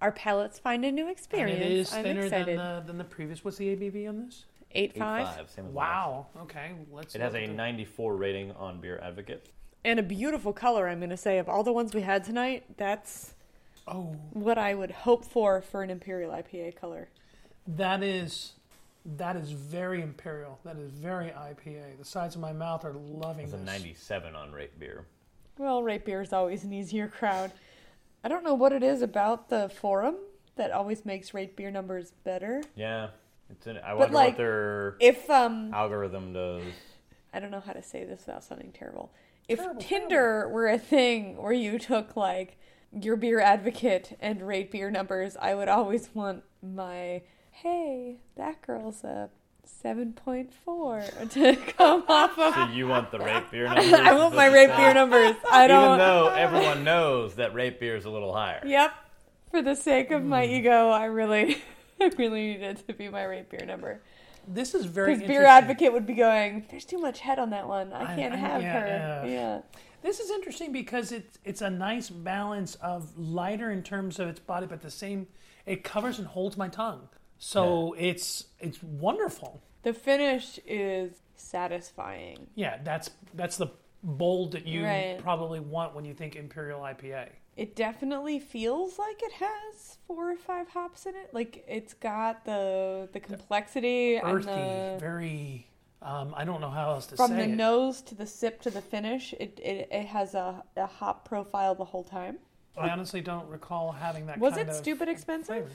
Speaker 1: Our palates find a new
Speaker 3: And
Speaker 1: experience.
Speaker 3: it is
Speaker 1: I'm
Speaker 3: thinner than
Speaker 1: excited.
Speaker 3: the, than the previous. What's the ABV on this?
Speaker 1: Eight
Speaker 2: Eight
Speaker 1: five.
Speaker 2: five, same as last.
Speaker 3: Wow. Okay. Let's.
Speaker 2: It has
Speaker 3: look
Speaker 2: a
Speaker 3: at the-
Speaker 2: 94 rating on Beer Advocate.
Speaker 1: and a beautiful color. I'm gonna say of all the ones we had tonight, that's
Speaker 3: Oh,
Speaker 1: what I would hope for for an imperial IPA color.
Speaker 3: that is that is very imperial. That is very IPA. The sides of my mouth are loving
Speaker 2: It's a
Speaker 3: this.
Speaker 2: 97 on Rate Beer.
Speaker 1: Well, rapier is always an easier crowd. I don't know what it is about the forum that always makes rate beer numbers better.
Speaker 2: Yeah, it's in, I
Speaker 1: But,
Speaker 2: wonder
Speaker 1: like,
Speaker 2: what their
Speaker 1: If um,
Speaker 2: algorithm does.
Speaker 1: I don't know how to say this without sounding terrible. If
Speaker 3: Terrible,
Speaker 1: Tinder were a thing where you took like your beer advocate and rate beer numbers, I would always want my hey, that girl's a seven point four to come off of.
Speaker 2: So you want the Rate Beer numbers?
Speaker 1: I want my
Speaker 2: to
Speaker 1: rate
Speaker 2: say-
Speaker 1: beer numbers. I don't.
Speaker 2: Even though everyone knows that Rate Beer is a little higher.
Speaker 1: Yep. For the sake of
Speaker 2: Hmm.
Speaker 1: my ego, I really, I really need it to be my rate beer number.
Speaker 3: This is very
Speaker 1: Because
Speaker 3: interesting.
Speaker 1: beer advocate would be going, "There's too much head on that one. I
Speaker 3: I-
Speaker 1: can't
Speaker 3: I-
Speaker 1: have
Speaker 3: yeah,
Speaker 1: her."
Speaker 3: yeah.
Speaker 1: Yeah.
Speaker 3: This is interesting because it's it's a nice balance of lighter in terms of its body, but the same it covers and holds my tongue. So it's it's wonderful.
Speaker 1: The finish is satisfying.
Speaker 3: Yeah, that's that's the bold that you
Speaker 1: Right.
Speaker 3: probably want when you think imperial IPA.
Speaker 1: It definitely feels like it has four or five hops in it. Like it's got the the complexity and
Speaker 3: Earthy,
Speaker 1: the
Speaker 3: very. Um, I don't know how else to
Speaker 1: from
Speaker 3: say
Speaker 1: the
Speaker 3: it.
Speaker 1: nose to the sip to the finish. It it, it has a, a hop profile the whole time.
Speaker 3: I honestly don't recall having that.
Speaker 1: Was
Speaker 3: kind
Speaker 1: it
Speaker 3: of
Speaker 1: stupid expensive?
Speaker 3: flavor.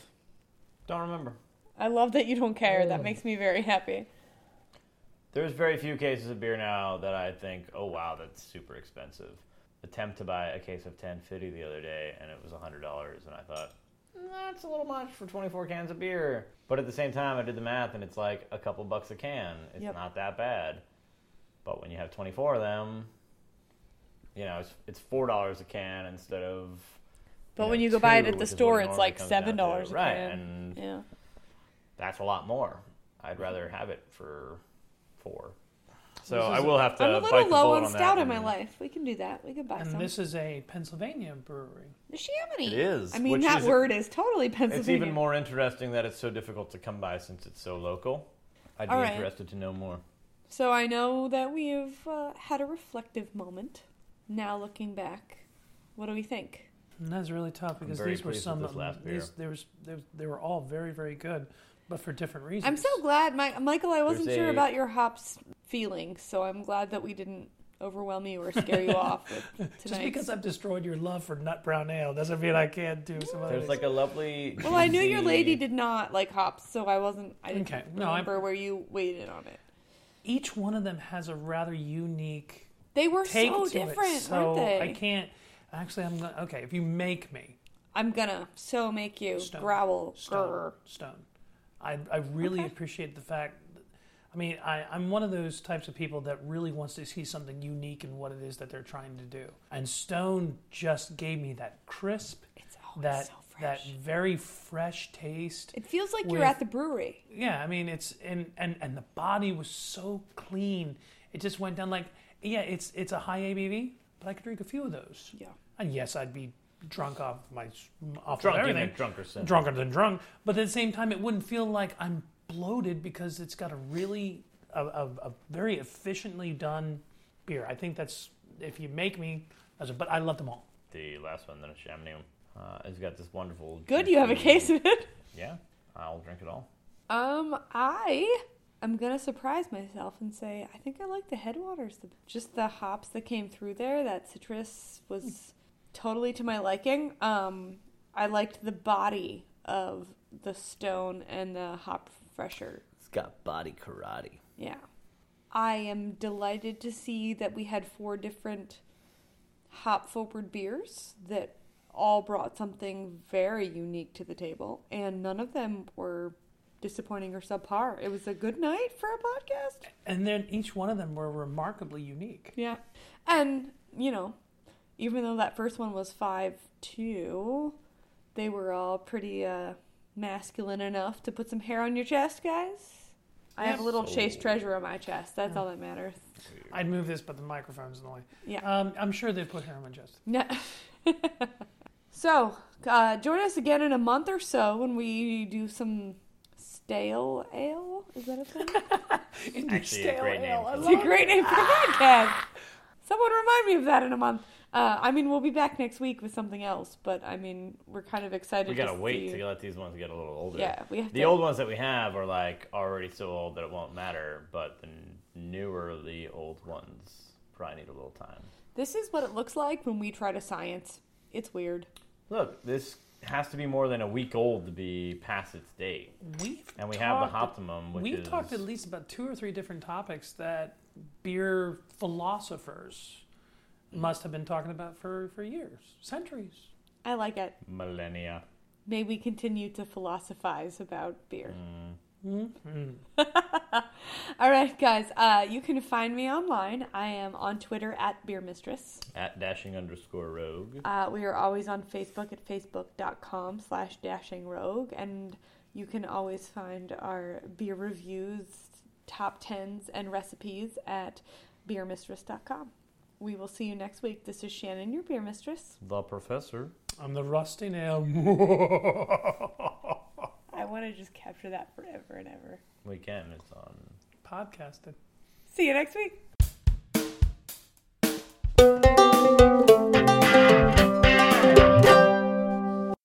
Speaker 2: Don't remember.
Speaker 1: I love that you don't care. That
Speaker 2: Oh.
Speaker 3: Mm.
Speaker 1: makes me very happy.
Speaker 2: There's very few cases of beer now that I think, oh wow, that's super expensive. Attempt to buy a case of 1050 the other day, and it was $100, and I thought, that's a little much for 24 cans of beer. But at the same time, I did the math, and it's like a couple bucks a can. It's
Speaker 1: Yep.
Speaker 2: not that bad. But when you have 24 of them, you know, it's, it's $4 a can instead of.
Speaker 1: But
Speaker 2: know,
Speaker 1: when you go buy it
Speaker 2: two,
Speaker 1: at the
Speaker 2: which is what
Speaker 1: store,
Speaker 2: it
Speaker 1: it's
Speaker 2: normally
Speaker 1: like
Speaker 2: comes down to.
Speaker 1: $7 a
Speaker 2: Right,
Speaker 1: can.
Speaker 2: and
Speaker 1: Yeah.
Speaker 2: that's a lot more.
Speaker 1: Mm-hmm.
Speaker 2: I'd rather have it for four. So
Speaker 3: This
Speaker 2: I
Speaker 3: is-
Speaker 2: will have to.
Speaker 1: I'm a
Speaker 2: bite
Speaker 1: little
Speaker 2: the
Speaker 1: low
Speaker 2: bullet
Speaker 1: on
Speaker 2: that
Speaker 1: stout in my
Speaker 2: and-
Speaker 1: life. We can do that. We can buy
Speaker 3: And
Speaker 1: some.
Speaker 3: this is a Pennsylvania brewery.
Speaker 1: the Chamonix.
Speaker 2: It is,
Speaker 1: I mean,
Speaker 2: which
Speaker 1: that
Speaker 2: is-
Speaker 1: word is totally Pennsylvania.
Speaker 2: It's even more interesting that it's so difficult to come by since it's so local. I'd be
Speaker 1: All right.
Speaker 2: interested to know more.
Speaker 1: So I know that we've uh, had a reflective moment. Now looking back, what do we think?
Speaker 3: And that's really tough because
Speaker 2: very
Speaker 3: these were
Speaker 2: pleased with
Speaker 3: some.
Speaker 2: this
Speaker 3: of-
Speaker 2: last beer.
Speaker 3: these, there was, there was- they were all very, very good, but for different reasons.
Speaker 1: I'm so glad, Mi- Michael. I wasn't
Speaker 2: There's
Speaker 1: sure
Speaker 2: a-
Speaker 1: about your hops feelings, so I'm glad that we didn't overwhelm you or scare you off with
Speaker 3: Just
Speaker 1: tonight.
Speaker 3: because I've destroyed your love for nut brown ale doesn't mean I can't do some other.
Speaker 2: There's like a lovely.
Speaker 1: Well, I knew your
Speaker 2: cheesy-
Speaker 1: lady did not like hops, so I wasn't. I didn't
Speaker 3: Okay, no, I-
Speaker 1: remember where you waited on it.
Speaker 3: Each one of them has a rather unique
Speaker 1: They were
Speaker 3: take
Speaker 1: so
Speaker 3: to
Speaker 1: different,
Speaker 3: it. So
Speaker 1: weren't they?
Speaker 3: I can't. Actually, I'm gonna. Okay, if you make me,
Speaker 1: I'm gonna so make you
Speaker 3: Stone.
Speaker 1: growl.
Speaker 3: Stone.
Speaker 1: grr.
Speaker 3: Stone. I, I really
Speaker 1: Okay.
Speaker 3: appreciate the fact. That, I mean, I, I'm one of those types of people that really wants to see something unique in what it is that they're trying to do. And Stone just gave me that crisp,
Speaker 1: It's always
Speaker 3: that
Speaker 1: so fresh.
Speaker 3: that very fresh taste.
Speaker 1: It feels like you're
Speaker 3: with-
Speaker 1: at the brewery.
Speaker 3: Yeah, I mean, it's and and and the body was so clean. It just went down like yeah, it's it's a high ABV, but I could drink a few of those.
Speaker 1: Yeah.
Speaker 3: And yes, I'd be drunk off my off
Speaker 2: Drunk,
Speaker 3: of
Speaker 2: you
Speaker 3: everything
Speaker 2: meant drunk or something.
Speaker 3: drunker than drunk. But at the same time, it wouldn't feel like I'm bloated because it's got a really a, a, a very efficiently done beer. I think that's if you make me, as a, but I love them all.
Speaker 2: The last one, the Chamonix, uh, has got this wonderful.
Speaker 1: Good, you have a
Speaker 2: juicy-
Speaker 1: case of it.
Speaker 2: Yeah, I'll drink it all.
Speaker 1: Um, I am gonna surprise myself and say I think I like the headwaters. The, just the hops that came through there. That citrus was
Speaker 2: Hmm.
Speaker 1: totally to my liking. Um, I liked the body of the stone and the hop fresher.
Speaker 2: It's got body karate.
Speaker 1: Yeah. I am delighted to see that we had four different hop forward beers that all brought something very unique to the table, and none of them were disappointing or subpar. It was a good night for a podcast.
Speaker 3: And then each one of them were remarkably unique.
Speaker 1: Yeah. And, you know, even though that first one was 5 2, they were all pretty uh, masculine enough to put some hair on your chest, guys. I have a little chase treasure on my chest. That's all that matters.
Speaker 3: I'd move this, but the microphone's in the way.
Speaker 1: Yeah.
Speaker 3: Um, I'm sure they put her on my chest.
Speaker 1: No. so, uh, join us again in a month or so when we do some stale ale. Is that a thing?
Speaker 2: Actually, a great name. for
Speaker 1: It's
Speaker 2: this.
Speaker 1: a great name for the podcast. Someone remind me of that in a month. Uh, I mean, we'll be back next week with something else, but I mean, we're kind of excited.
Speaker 2: We gotta wait
Speaker 1: see-
Speaker 2: to let these ones get a little older.
Speaker 1: Yeah, we have
Speaker 2: The
Speaker 1: to-
Speaker 2: old ones that we have are like already so old that it won't matter, but the newerly old ones probably need a little time.
Speaker 1: This is what it looks like when we try to science. It's weird.
Speaker 2: Look, this has to be more than a week old to be past its date,
Speaker 3: We've
Speaker 2: and we have the
Speaker 3: talked-
Speaker 2: Optimum, which
Speaker 3: We've
Speaker 2: is
Speaker 3: talked at least about two or three different topics that beer philosophers must have been talking about for, for years, centuries.
Speaker 1: I like it.
Speaker 2: millennia.
Speaker 1: May we continue to philosophize about beer.
Speaker 2: Mm.
Speaker 3: Hmm.
Speaker 1: All right, guys. Uh, you can find me online. I am on Twitter at Beer Mistress.
Speaker 2: At dashing underscore rogue.
Speaker 1: Uh, we are always on Facebook at facebook.com slash dashing rogue, and you can always find our beer reviews, top tens, and recipes at beermistress.com. We will see you next week. This is Shannon, your beer mistress.
Speaker 2: The professor.
Speaker 3: I'm the rusty nail.
Speaker 1: I want to just capture that forever and ever.
Speaker 2: We can. It's on.
Speaker 3: Podcasting.
Speaker 1: See you next week.